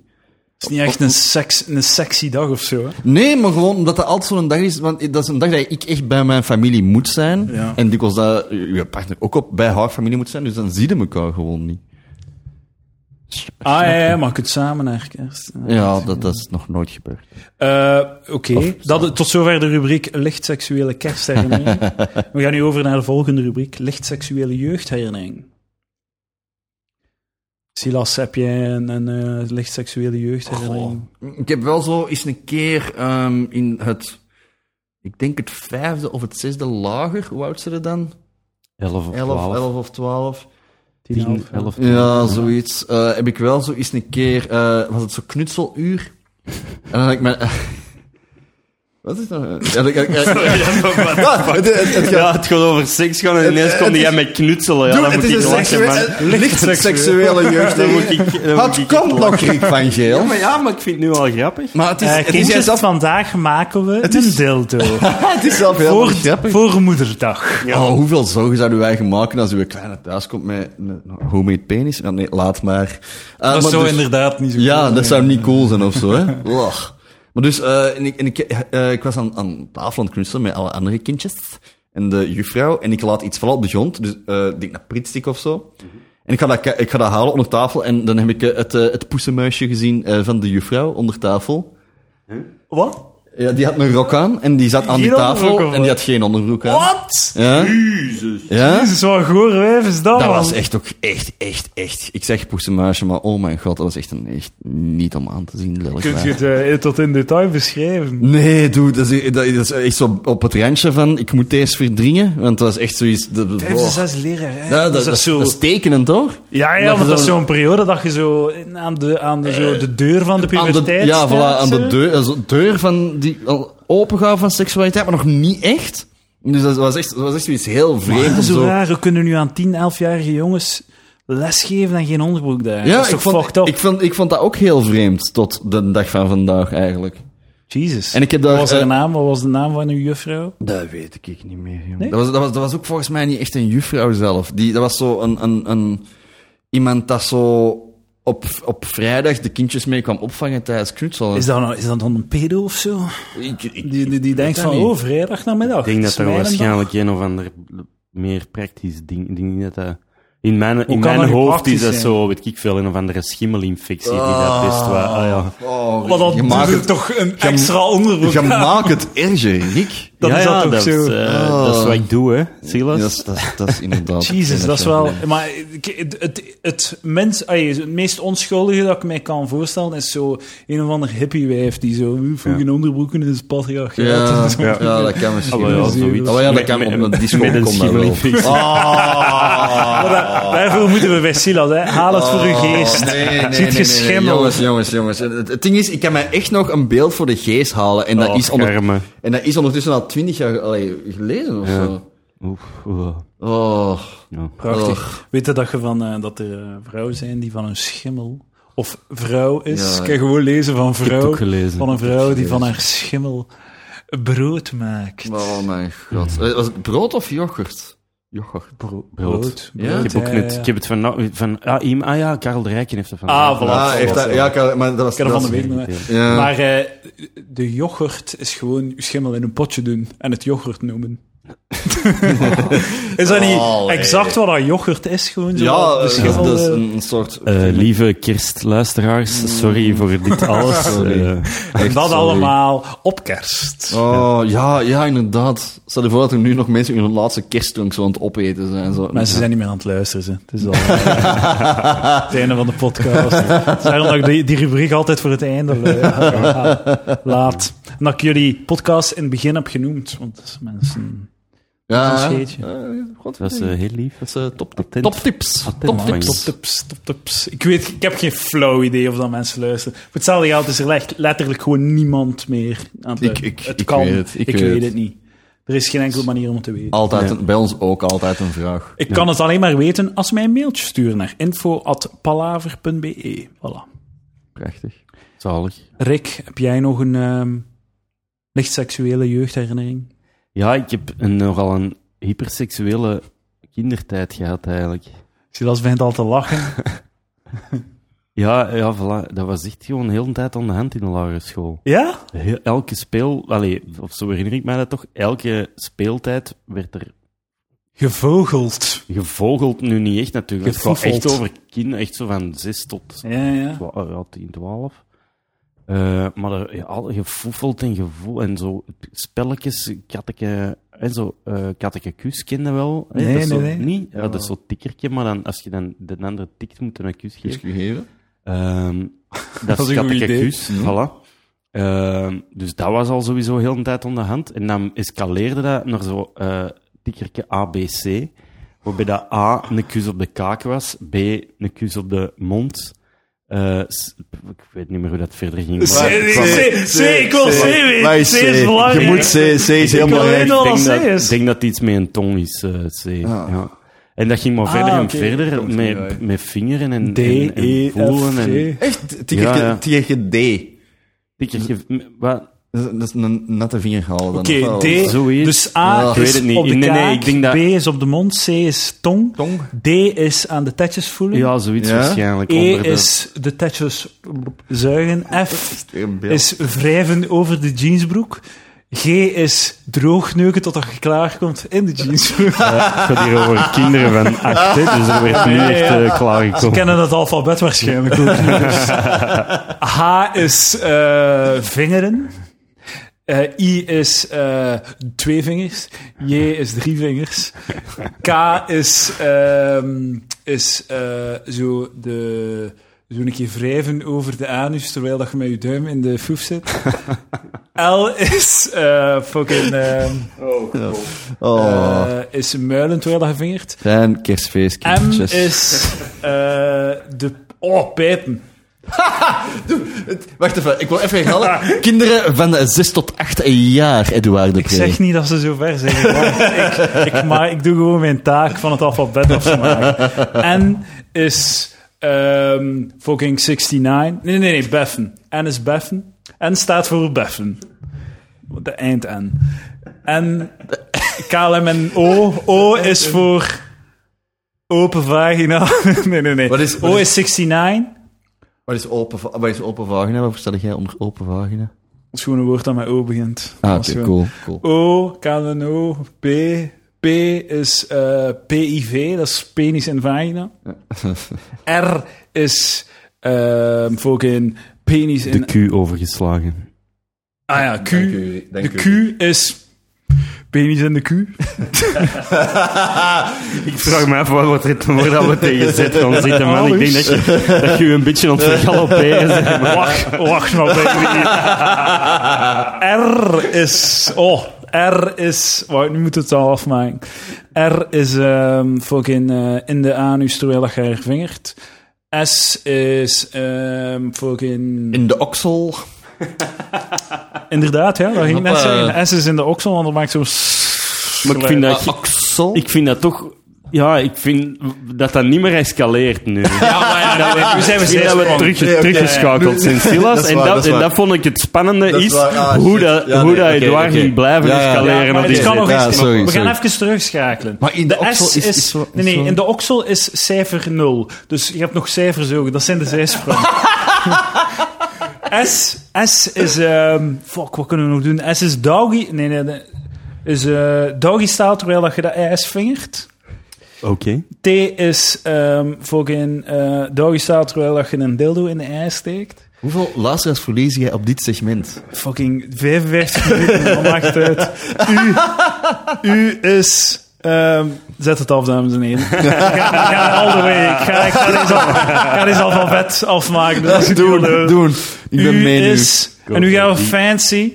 Het is niet echt een, seks, een sexy dag of zo. Hè? Nee, maar gewoon omdat dat altijd zo'n dag is. Want dat is een dag dat ik echt bij mijn familie moet zijn. Ja. En dikwijls dat je partner ook op, bij haar familie moet zijn. Dus dan zie je elkaar gewoon niet. Ah ja, ja, maar je kunt samen naar kerst. Ja, dat, dat is nog nooit gebeurd. Eh, Oké, dat tot zover de rubriek licht seksuele kerstherinnering. We gaan nu over naar de volgende rubriek, licht seksuele jeugdherinnering. Silas, heb jij een, een eh, licht seksuele jeugdherinnering? Ik heb wel zo eens een keer ehm, in het... Ik denk het vijfde of het zesde lager. Hoe oud zijn er dan? 11 of 11, 12. 11 of 12. Tien, 10, elf, 11, Ja, zoiets. Eh, heb ik wel zo eens een keer... eh, was het zo knutseluur? En dan had ik mijn... wat is dat? Ja, ik- ik- ik- Ah, het- het- het- Ja, het gaat over seks gaan en ineens komt jij met knutselen. Ja, Dude, dan het moet is ik een lachen, seksueel- man. eh, licht seksuele jeugd. Dan moet ik... dan moet Het ik komt echt nog lachen. Griek van Ja Geel. maar, ja, maar ik vind het nu al grappig. Maar het is, Eh, het is, kindjes, zelf, vandaag maken we het een dildo. het is zelf heel voor, erg grappig. voor moederdag. Ja. Oh, hoeveel zorgen zouden wij gaan maken als uw kleine thuis komt met een homemade penis? Ja, nee, laat maar. Eh, dat maar zou dus- inderdaad niet zo Ja, cool dat zijn. zou niet cool zijn of zo, hè? Lach. Maar dus, eh, en ik, en ik, eh, ik was aan, aan tafel aan het knutselen met alle andere kindjes en de juffrouw. En ik laat iets vallen op de grond, dus eh, ik denk naar pritstick of zo. Mhm. En ik ga, dat, ki- ik ga dat halen onder tafel en dan heb ik eh, het, eh, het poesenmuisje gezien eh, van de juffrouw onder tafel. Wat? Ja, die had een rok aan en die zat aan die Geen onderbroek, tafel of en die had geen onderbroek aan. Wat? Ja? Ja? Jezus, wat een goor wijf is Dat dat, man. was echt ook echt, echt, echt. Ik zeg poesenmuisje, maar oh mijn god, dat was echt, een, echt niet om aan te zien, lelijk. Kun waar. je het eh, tot in detail beschrijven? Nee, dude, dat is, dat is echt zo op het randje van ik moet deze verdringen, want dat is echt zoiets. Dat, dat, Vijfde, wow. zesde leraar, hè? Ja, Nou, dat, dat, is- zo... dat is tekenend hoor. Ja, ja, dat want is dat is dan- zo'n periode dat je zo in- aan de, aan de, zo de deur van de Aan puberteit de, ja, staat, voilà, aan de zo. deur, also, deur van die al opengaan van seksualiteit, maar nog niet echt. Dus dat was echt, dat was echt zoiets heel vreemd. Dat of is Ah, zo zo. raar, we kunnen nu aan 10, 11-jarige jongens lesgeven en geen onderbroek dragen. Ja, dat ik is toch vond, fucked up? ik, vond, ik vond dat ook heel vreemd tot de dag van vandaag eigenlijk. Jezus. En ik heb Wat daar, was haar eh, naam? Wat was de naam van uw juffrouw? Dat weet ik niet meer, jongen. Nee? Dat, was, dat, was, dat was ook volgens mij niet echt een juffrouw zelf. Die, dat was zo een, een, een iemand dat zo op, op vrijdag de kindjes mee kwam opvangen tijdens knutselen. Is dat, nou- is dat dan een pedo of zo? Ik- ik- Die, die, die denkt dat van, niet. oh, vrijdag namiddag. Ik denk dat er Smijlendag. waarschijnlijk een of ander meer praktisch ding... Ik denk niet dat dat... In mijn, in kan dat mijn nu hoofd praktisch is dat zijn? zo, weet ik veel, een of andere schimmelinfectie die dat best wel... Ah, ja. Oh, Maar dan je doet maakt het het, toch een extra onderbroek je aan. maakt het erger, Rick. Dan ja, is dat ja, toch zo. is, eh, dat is wat ik doe, hè, Silas. Dat is, dat, is- dat is inderdaad... Jezus, dat is wel. inderdaad Maar ik- het, het, het, mens, ai, het meest onschuldige dat ik mij kan voorstellen is zo een of ander hippie wijf die zo "Uw, vroeg in onderbroeken is patriarch. een probleem. Ja. Ja, ja, dat kan misschien. Ah, wel, ja, zoiets. Oh, ja, dat Met- kan met- op een disco. met een kon dat wel. schimmelinfectie. Ah. Oh, Maar da- daarvoor moeten we bij Silas, hè. haal het voor uw geest. Nee, nee, nee, Ziet je nee, nee. schimmel? Jongens, jongens, jongens. Het, het ding is, ik kan mij echt nog een beeld voor de geest halen. En dat, Oh, is, onder- schermen. en dat is ondertussen al twintig jaar allee, geleden of Ja. zo. Oef, oeh, Oh. ja. Prachtig. Weet je dat, je van, eh, dat er eh, vrouwen zijn die van een schimmel of vrouw is? Ja. Kan je gewoon lezen van Ik heb het vrouw. ook gelezen. Van een vrouw die gelezen. van haar schimmel brood maakt. Oh mijn god. Eh, Was het brood of yoghurt? Yoghurt. Bro- Brood. Ja, Ik heb, ook ja, net, ja. ik heb het van, van ah, im- ah ja, Karel de Rijken heeft er van. Ah, voilà. Ah, heeft dat, ja, ik had- maar dat was... Ik had er dat van de was- week nog mee. Ja. Maar eh, de yoghurt is gewoon je schimmel in een potje doen en het yoghurt noemen. is dat niet Oh, nee. exact wat dat yoghurt is? Gewoon zo ja, de eh, schimmel, dat is eh, een een soort... Eh, lieve kerstluisteraars, sorry voor dit alles. Sorry. Eh, en echt, dat sorry. allemaal op kerst. Oh, ja, ja, inderdaad. Stel je voor dat er nu nog mensen in hun laatste kerstlunch zo aan het opeten zijn. Zo. Mensen zijn niet meer aan het luisteren. Ze. Het is al eh, het einde van de podcast. Het is daarom dat ik die, die rubriek altijd voor het einde eh. la- laat. En dat ik jullie podcast in het begin heb genoemd. Want mensen... ja, dat is een ja. scheetje. Eh, god, dat is eh, heel lief. dat is eh, top, Attent. top tips. Attent Top van tips. je. Top tips, top tips. Ik weet, ik heb geen flauw idee of dat mensen luisteren. Voor hetzelfde geld is er echt letterlijk gewoon niemand meer aan het Ik- luisteren. ik- het ik kan. weet het, ik ik weet weet het niet. Er is geen enkele manier om het te weten. Altijd een- bij ons ook altijd een vraag. ik kan het alleen maar weten als ze mij een mailtje sturen naar info.palaver.be. Voilà. Prachtig. Zalig. Rick, heb jij nog een ehm licht seksuele jeugdherinnering? Ja, ik heb een, nogal een hyperseksuele kindertijd gehad, eigenlijk. Silas begint al te lachen. Ja, ja, voilà. Dat was echt gewoon de hele tijd aan de hand in de lagere school. Ja? Heel- elke speel... Allee, of zo herinner ik mij dat toch. Elke speeltijd werd er Gevogeld. gevogeld. Nu niet echt, natuurlijk. Het gaat echt Gefoefeld. over kinderen. Echt zo van zes tot Ja, ja. twa- eh, ja, 10, 12. Eh, maar er, ja, al gevoefeld en gevoel en zo spelletjes, katteke en zo, eh katteke kus kende wel. hè. Nee, dat is nee, zo, nee. Niet? Ja, dat is zo'n tikkertje, maar dan, als je dan de andere tikt, moet je een kus Kus geven. gegeven. Ehm, dat is is een goed katteke idee. Mhm. kus, voilà. Ehm, dus dat was al sowieso heel een tijd onder de hand. En dan escaleerde dat naar zo eh tikkertje ABC, waarbij dat A een kus op de kaak was, B een kus op de mond. Eh, s- ik weet niet meer hoe dat verder ging. C, C, C, C, ik wil C Waar weten. is C is belangrijk. Je moet C, C is heel Ik wil belangrijk. weten wat Ik dat denk C dat, is. ik denk dat het iets met een tong is, eh, C. Ja. En dat ging maar Ah, verder en oké. verder, Komt niet met, uit. met vingeren en, D, en, en E, voelen. F, en, G. Echt? Ja, ja. Tegen D. tikkertje, m- wat, Dat is, dat is een natte vinger gehaald. Oké, dan, of wel? D. Zoiets. Dus A Ja, ik is weet het niet. op de Nee, nee, kaak, ik denk dat- B is op de mond, C is tong, Tong. D is aan de tetjes voelen, Ja, zoiets Ja? waarschijnlijk. E onder de- is de tetjes zuigen, F Weer een beeld. is wrijven over de jeansbroek, G is droogneuken totdat je klaarkomt in de jeansbroek. Het gaat hier over kinderen van acht, hè, dus er werd nu Ja, ja, echt ja. eh, Ze klaargekomen. kennen het alfabet waarschijnlijk ook. niet, dus. H is eh, vingeren. Eh, I is eh, twee vingers. J is drie vingers. K is, ehm, is eh, zo de. Zo een keer wrijven over de anus terwijl dat je met je duim in de foef zit. L is eh, fucking. ehm, Oh. eh, is muilen terwijl dat je vingert. Zijn kerstfeest, M kindertjes. is eh, de. Oh, pijpen. Wacht even, ik wil even herhalen. Kinderen van de 6 tot 8 jaar, Edouard de Ik zeg niet dat ze zo ver zijn. gekomen. ik, ik, maar ik doe gewoon mijn taak van het alfabet afmaken. N is ehm, fucking 69. Nee, nee, nee, Beffen. N is Beffen. N staat voor Beffen. De eind N. En KLM en O. O is voor open vagina. Nee, nee, nee. Wat is- wat o is 69. Wat is open, va- wat is open vagina? Wat versta jij onder open vagina? Dat is gewoon een woord dat met O begint. Ah, Dat oké, is gewoon- cool. cool. O, KNO, P. P is eh, PIV, dat is penis en vagina. R is ehm fucking penis De en... Q overgeslagen. Ah ja, Q. Dank u, dank De u. Q is penis en de Q. Ik vraag me af wat wordt dit woord dat we tegen zet gaan zitten, man. Ik denk dat je, dat je een beetje aan het vergalopperen bent. Wacht, wacht maar, baby. R is... Oh, R is... Wauw, nu moet het al afmaken. R is ehm fucking eh, in de anus terwijl dat je haar vingert. S is ehm fucking... In de oksel. Inderdaad, ja, dat ging ik net Hoppa. zeggen. S is in de oksel, want dat maakt zo'n... Maar ik vind, Ah, dat, Oksel? ik vind dat toch... Ja, ik vind dat dat niet meer escaleert nu. Ja, maar ja, dat- nu zijn Nou, we Ik vind steeds dat we van- terug, Nee, oké. teruggeschakeld zijn, Silas. Dat is en, waar, dat, dat is en waar. dat vond ik het spannende, Dat is, is waar. Ah, hoe shit. dat, Ja, hoe nee, dat oké, Edouard oké. ging blijven Ja, ja, ja. escaleren. Ja, op maar die het kan zin. nog Ja, eens. sorry, we gaan sorry. even terugschakelen. Maar in de S oksel is- is... is zo- nee, is nee, zo- in de oksel is cijfer 0. Dus je hebt nog cijfers ook. Dat zijn de zijsprongen. S, S is... ehm, fuck, wat kunnen we nog doen? S is doggy... Nee, nee, nee. Is eh doggy staat terwijl dat je dat IS vingert. Oké. T is ehm fucking eh doggy staat terwijl dat je een dildo in de ijs steekt. Hoeveel luisteraars verliezen jij op dit segment? Fucking 45 minuten, dat maakt uit. U, u is... ehm, zet het af, dames en heren. Ik ga, ik ga all the way. Ik ga, ik ga, deze, al- ik ga deze alfabet afmaken. Dus als je het wil, eh, doen. Ik U ben mee nu. is... En nu gaan we fancy...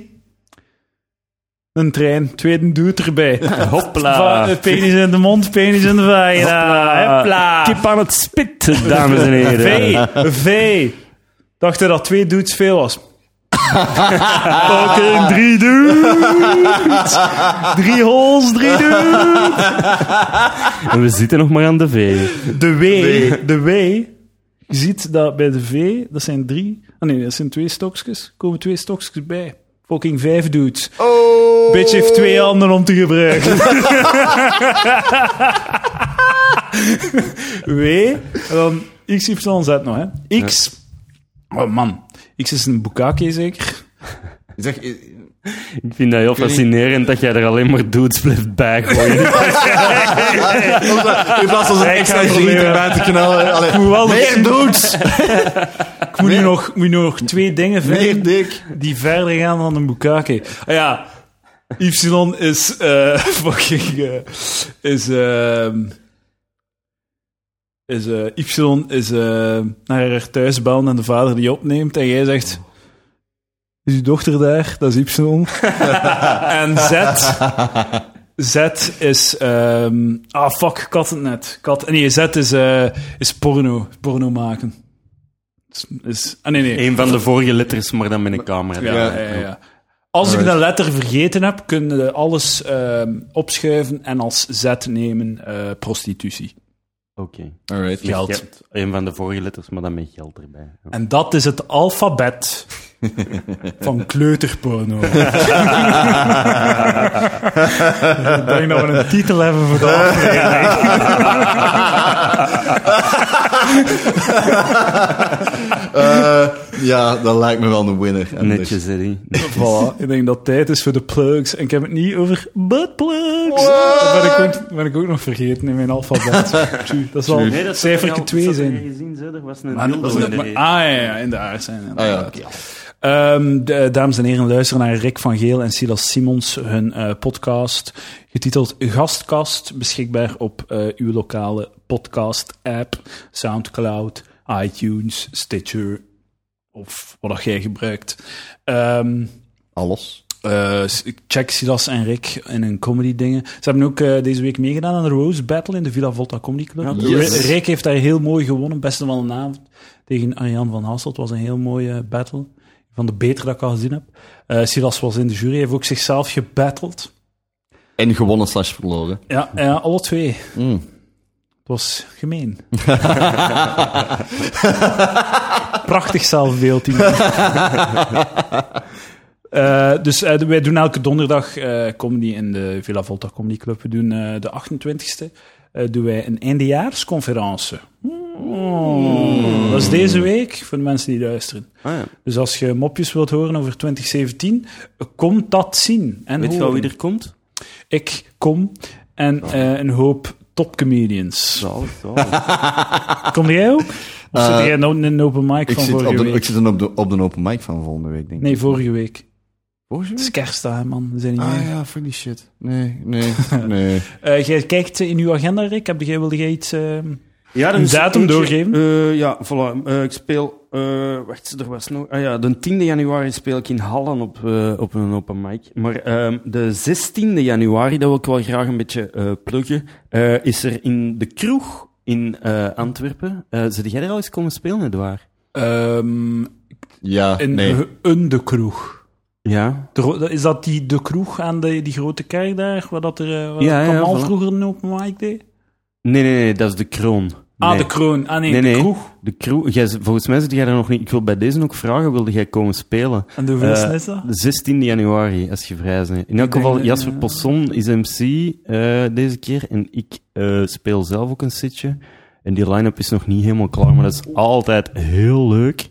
Een trein, tweede doet erbij. Hopla. Va- eh, Penis in de mond, penis in de vagina. Hopla. Kip aan het spit, dames en heren. V, V. Dacht je dat twee dudes veel was? Fucking drie dudes. Drie holes, drie dudes. En we zitten nog maar aan de V. De W, de W. Je ziet dat bij de V, dat zijn drie... Ah nee, dat zijn twee stokjes. komen twee stokjes bij. Fucking vijf dudes. Oh. Bitch heeft twee handen om te gebruiken. W, en dan X, Y, Z nog, hè. X. Oh man, X is een boekake zeker? Ik zeg, eh, Ik vind dat heel weet niet. fascinerend dat jij er alleen maar dudes blijft bijgooien. in plaats van een Ik ga extra het vriend proberen. erbij te knallen. Allee, Moet wel- meer dudes! Ik moet nu nog, moet nu nog twee dingen Meer vinden dik! die verder gaan dan een boekake. Ah ja, Y is eh fucking... eh, is... ehm is eh, Y is eh, naar haar thuis bellen en de vader die opneemt. En jij zegt... Is uw dochter daar? Dat is Y. en Z... Z is... ehm, ah, fuck, kat het net. Kat, nee, Z is, eh, is porno. Porno maken. Is, is, ah, nee, nee. Eén van de vorige letters, maar dan met een camera. Ja, Ja. ja, ja, ja. Als ik een letter vergeten heb, kunnen we alles ehm, opschuiven en als zet nemen eh, prostitutie. Oké. Alright. Met Geld. geld. Eén van de vorige letters, maar dan met geld erbij. En dat is het alfabet van kleuterporno. ik denk dat we een titel hebben voor de aflevering. Eh, ja, dat lijkt me wel een winner. En dus- Netjes, hè, die. Voilà, ik denk dat het tijd is voor de plugs. En ik heb het niet over buttplugs. Dat ben ik, ook, ben ik ook nog vergeten in mijn alfabet. Tjoe, dat zal Nee, dat cijferke 2 zijn. Gezien, er was een Maar dat is in ook maar- ah ja, ja, in de aard zijn. Ah ja, inderdaad. oké. Ehm, de- eh, dames en heren, luister naar Rick van Geel en Silas Simons, hun eh, podcast, getiteld Gastkast, beschikbaar op eh, uw lokale podcast-app, Soundcloud, iTunes, Stitcher, of wat dat jij gebruikt. Ehm, Alles. eh, check Silas en Rick in hun comedy-dingen. Ze hebben ook eh, deze week meegedaan aan de Rose Battle in de Villa Volta Comedy Club. Ja, yes. Rick heeft daar heel mooi gewonnen, beste van een avond. Tegen Arjan van Hasselt was een heel mooie battle. Van de betere dat ik al gezien heb. Eh, Silas was in de jury, heeft ook zichzelf gebatteld. En gewonnen slash verloren. Ja, ja, alle twee. Mm. Het was gemeen. Prachtig zelfbeeld. iemand. Eh, dus eh, wij doen elke donderdag eh, comedy in de Villa Volta Comedy Club. We doen eh, de 28e eh, doen wij een eindejaarsconferentie. Dat is deze week, voor de mensen die luisteren. Ah, ja. Dus als je mopjes wilt horen over 2017, eh, kom dat zien. En Weet je wel horen. wie er komt? Ik kom en eh, een hoop topcomedians. Zalig, zalig. Kom jij ook? Of zit Eh, jij nou in een open mic Ik van zit, vorige op de, week? ik zit dan op de, op de open mic van volgende week, denk ik. Nee, vorige week. Vorige Het week? is kerst, hè, man. We zijn niet Ah mee. ja, fuck die shit. Nee, nee, nee. Eh, jij kijkt eh, in uw agenda, Rick. Heb jij, wilde jij iets... eh, Ja, Een datum doorgeven? Eh, ja, voilà. Eh, ik speel... eh, wacht, er was nog... Ah ja, de 10e januari speel ik in Hallen op, eh, op een open mic. Maar ehm, de 16e januari, dat wil ik wel graag een beetje eh pluggen, eh, is er in de kroeg in eh, Antwerpen... eh zou jij er al eens komen spelen, Edouard? ehm, Ja, in eh, nee. een de kroeg. Ja. De ro- Is dat die de kroeg aan de, die grote kerk daar? Waar dat er, eh, waar Ja, ja, Kamal voilà. vroeger een open mic deed? Nee, nee, nee, dat is de kroon. Ah, Nee. de kroon. Ah nee, Nee, de nee. kroeg. De kroeg, jij, volgens mij zit jij er nog niet. Ik wil bij deze ook vragen: wilde jij komen spelen? En de hoeveelste Eh, is dat? De 16 januari, als je vrij bent. In elk denk geval, dat- Jasper ja. Posson is MC eh, deze keer. En ik eh, speel zelf ook een setje. En die line-up is nog niet helemaal klaar, maar dat is altijd heel leuk.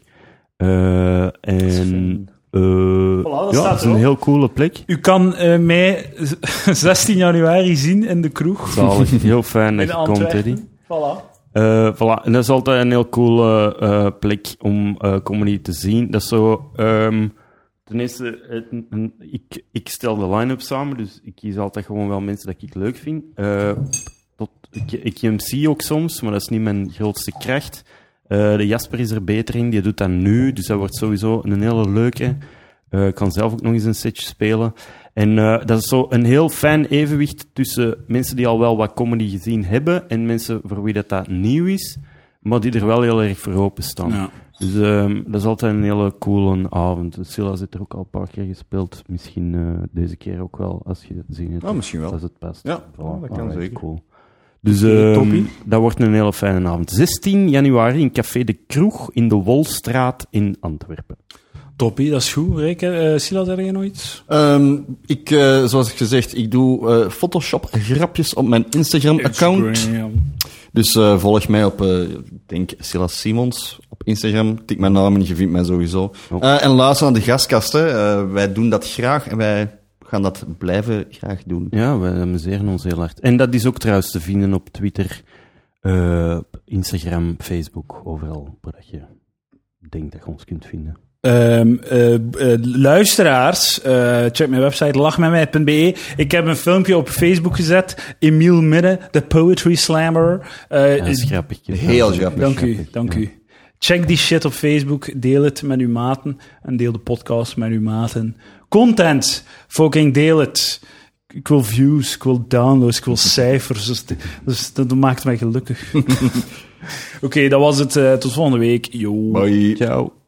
Eh, en. eh, dat ja, staat dat is een erop. heel coole plek. U kan eh, mij 16 januari zien in de kroeg. Zalig. Heel fijn dat in je komt, Eddie. Antwerpen. Voilà. Eh, voilà. En dat is altijd een heel coole eh, plek om eh, comedy te zien. Dat is zo... ehm, ten eerste, het- een- een- ik, ik stel de line-up samen, dus ik kies altijd gewoon wel mensen dat ik leuk vind. Eh, tot, ik, ik MC ook soms, maar dat is niet mijn grootste kracht. Eh, de Jasper is er beter in, die doet dat nu, dus dat wordt sowieso een hele leuke. Eh, Ik kan zelf ook nog eens een setje spelen. En eh, dat is zo een heel fijn evenwicht tussen mensen die al wel wat comedy gezien hebben en mensen voor wie dat, dat nieuw is, maar die er wel heel erg voor open staan. Ja. Dus ehm, dat is altijd een hele coole avond. Silla zit er ook al een paar keer gespeeld. Misschien eh, deze keer ook wel, als je het ziet. Oh, misschien wel. Als het past. Ja, Voilà. dat kan Alright, zeker. Cool. Dus Oké, ehm, toppie. dat wordt een hele fijne avond. 16 januari in Café de Kroeg in de Wolstraat in Antwerpen. Toppie, dat is goed. Rick, eh Silas, heb jij nog iets? Ehm, ik, eh, zoals ik gezegd, ik doe eh, Photoshop-grapjes op mijn Instagram-account. Instagram. Dus eh, volg mij op, eh, ik denk, Silas Simons op Instagram. Tik mijn naam en je vindt mij sowieso. Oh. Eh, en luister naar de gastkasten. Eh, wij doen dat graag en wij gaan dat blijven graag doen. Ja, we amuseren ons heel hard. En dat is ook trouwens te vinden op Twitter, eh, op Instagram, Facebook, overal waar dat je denkt dat je ons kunt vinden. Ehm, eh, eh, luisteraars, eh, check mijn website lachmetmij.be. Ik heb een filmpje op Facebook gezet. Emiel Midden, de Poetry Slammer. Eh, Ja, dat is grappig. Heel grappig. dank u, dank u. Check die shit op Facebook, deel het met uw maten en deel de podcast met uw maten. Content, fucking deel het. Ik wil views, ik wil downloads, ik wil cijfers. Dus, dus dat maakt mij gelukkig. Oké, dat was het. eh, tot volgende week. Yo. Bye. Ciao.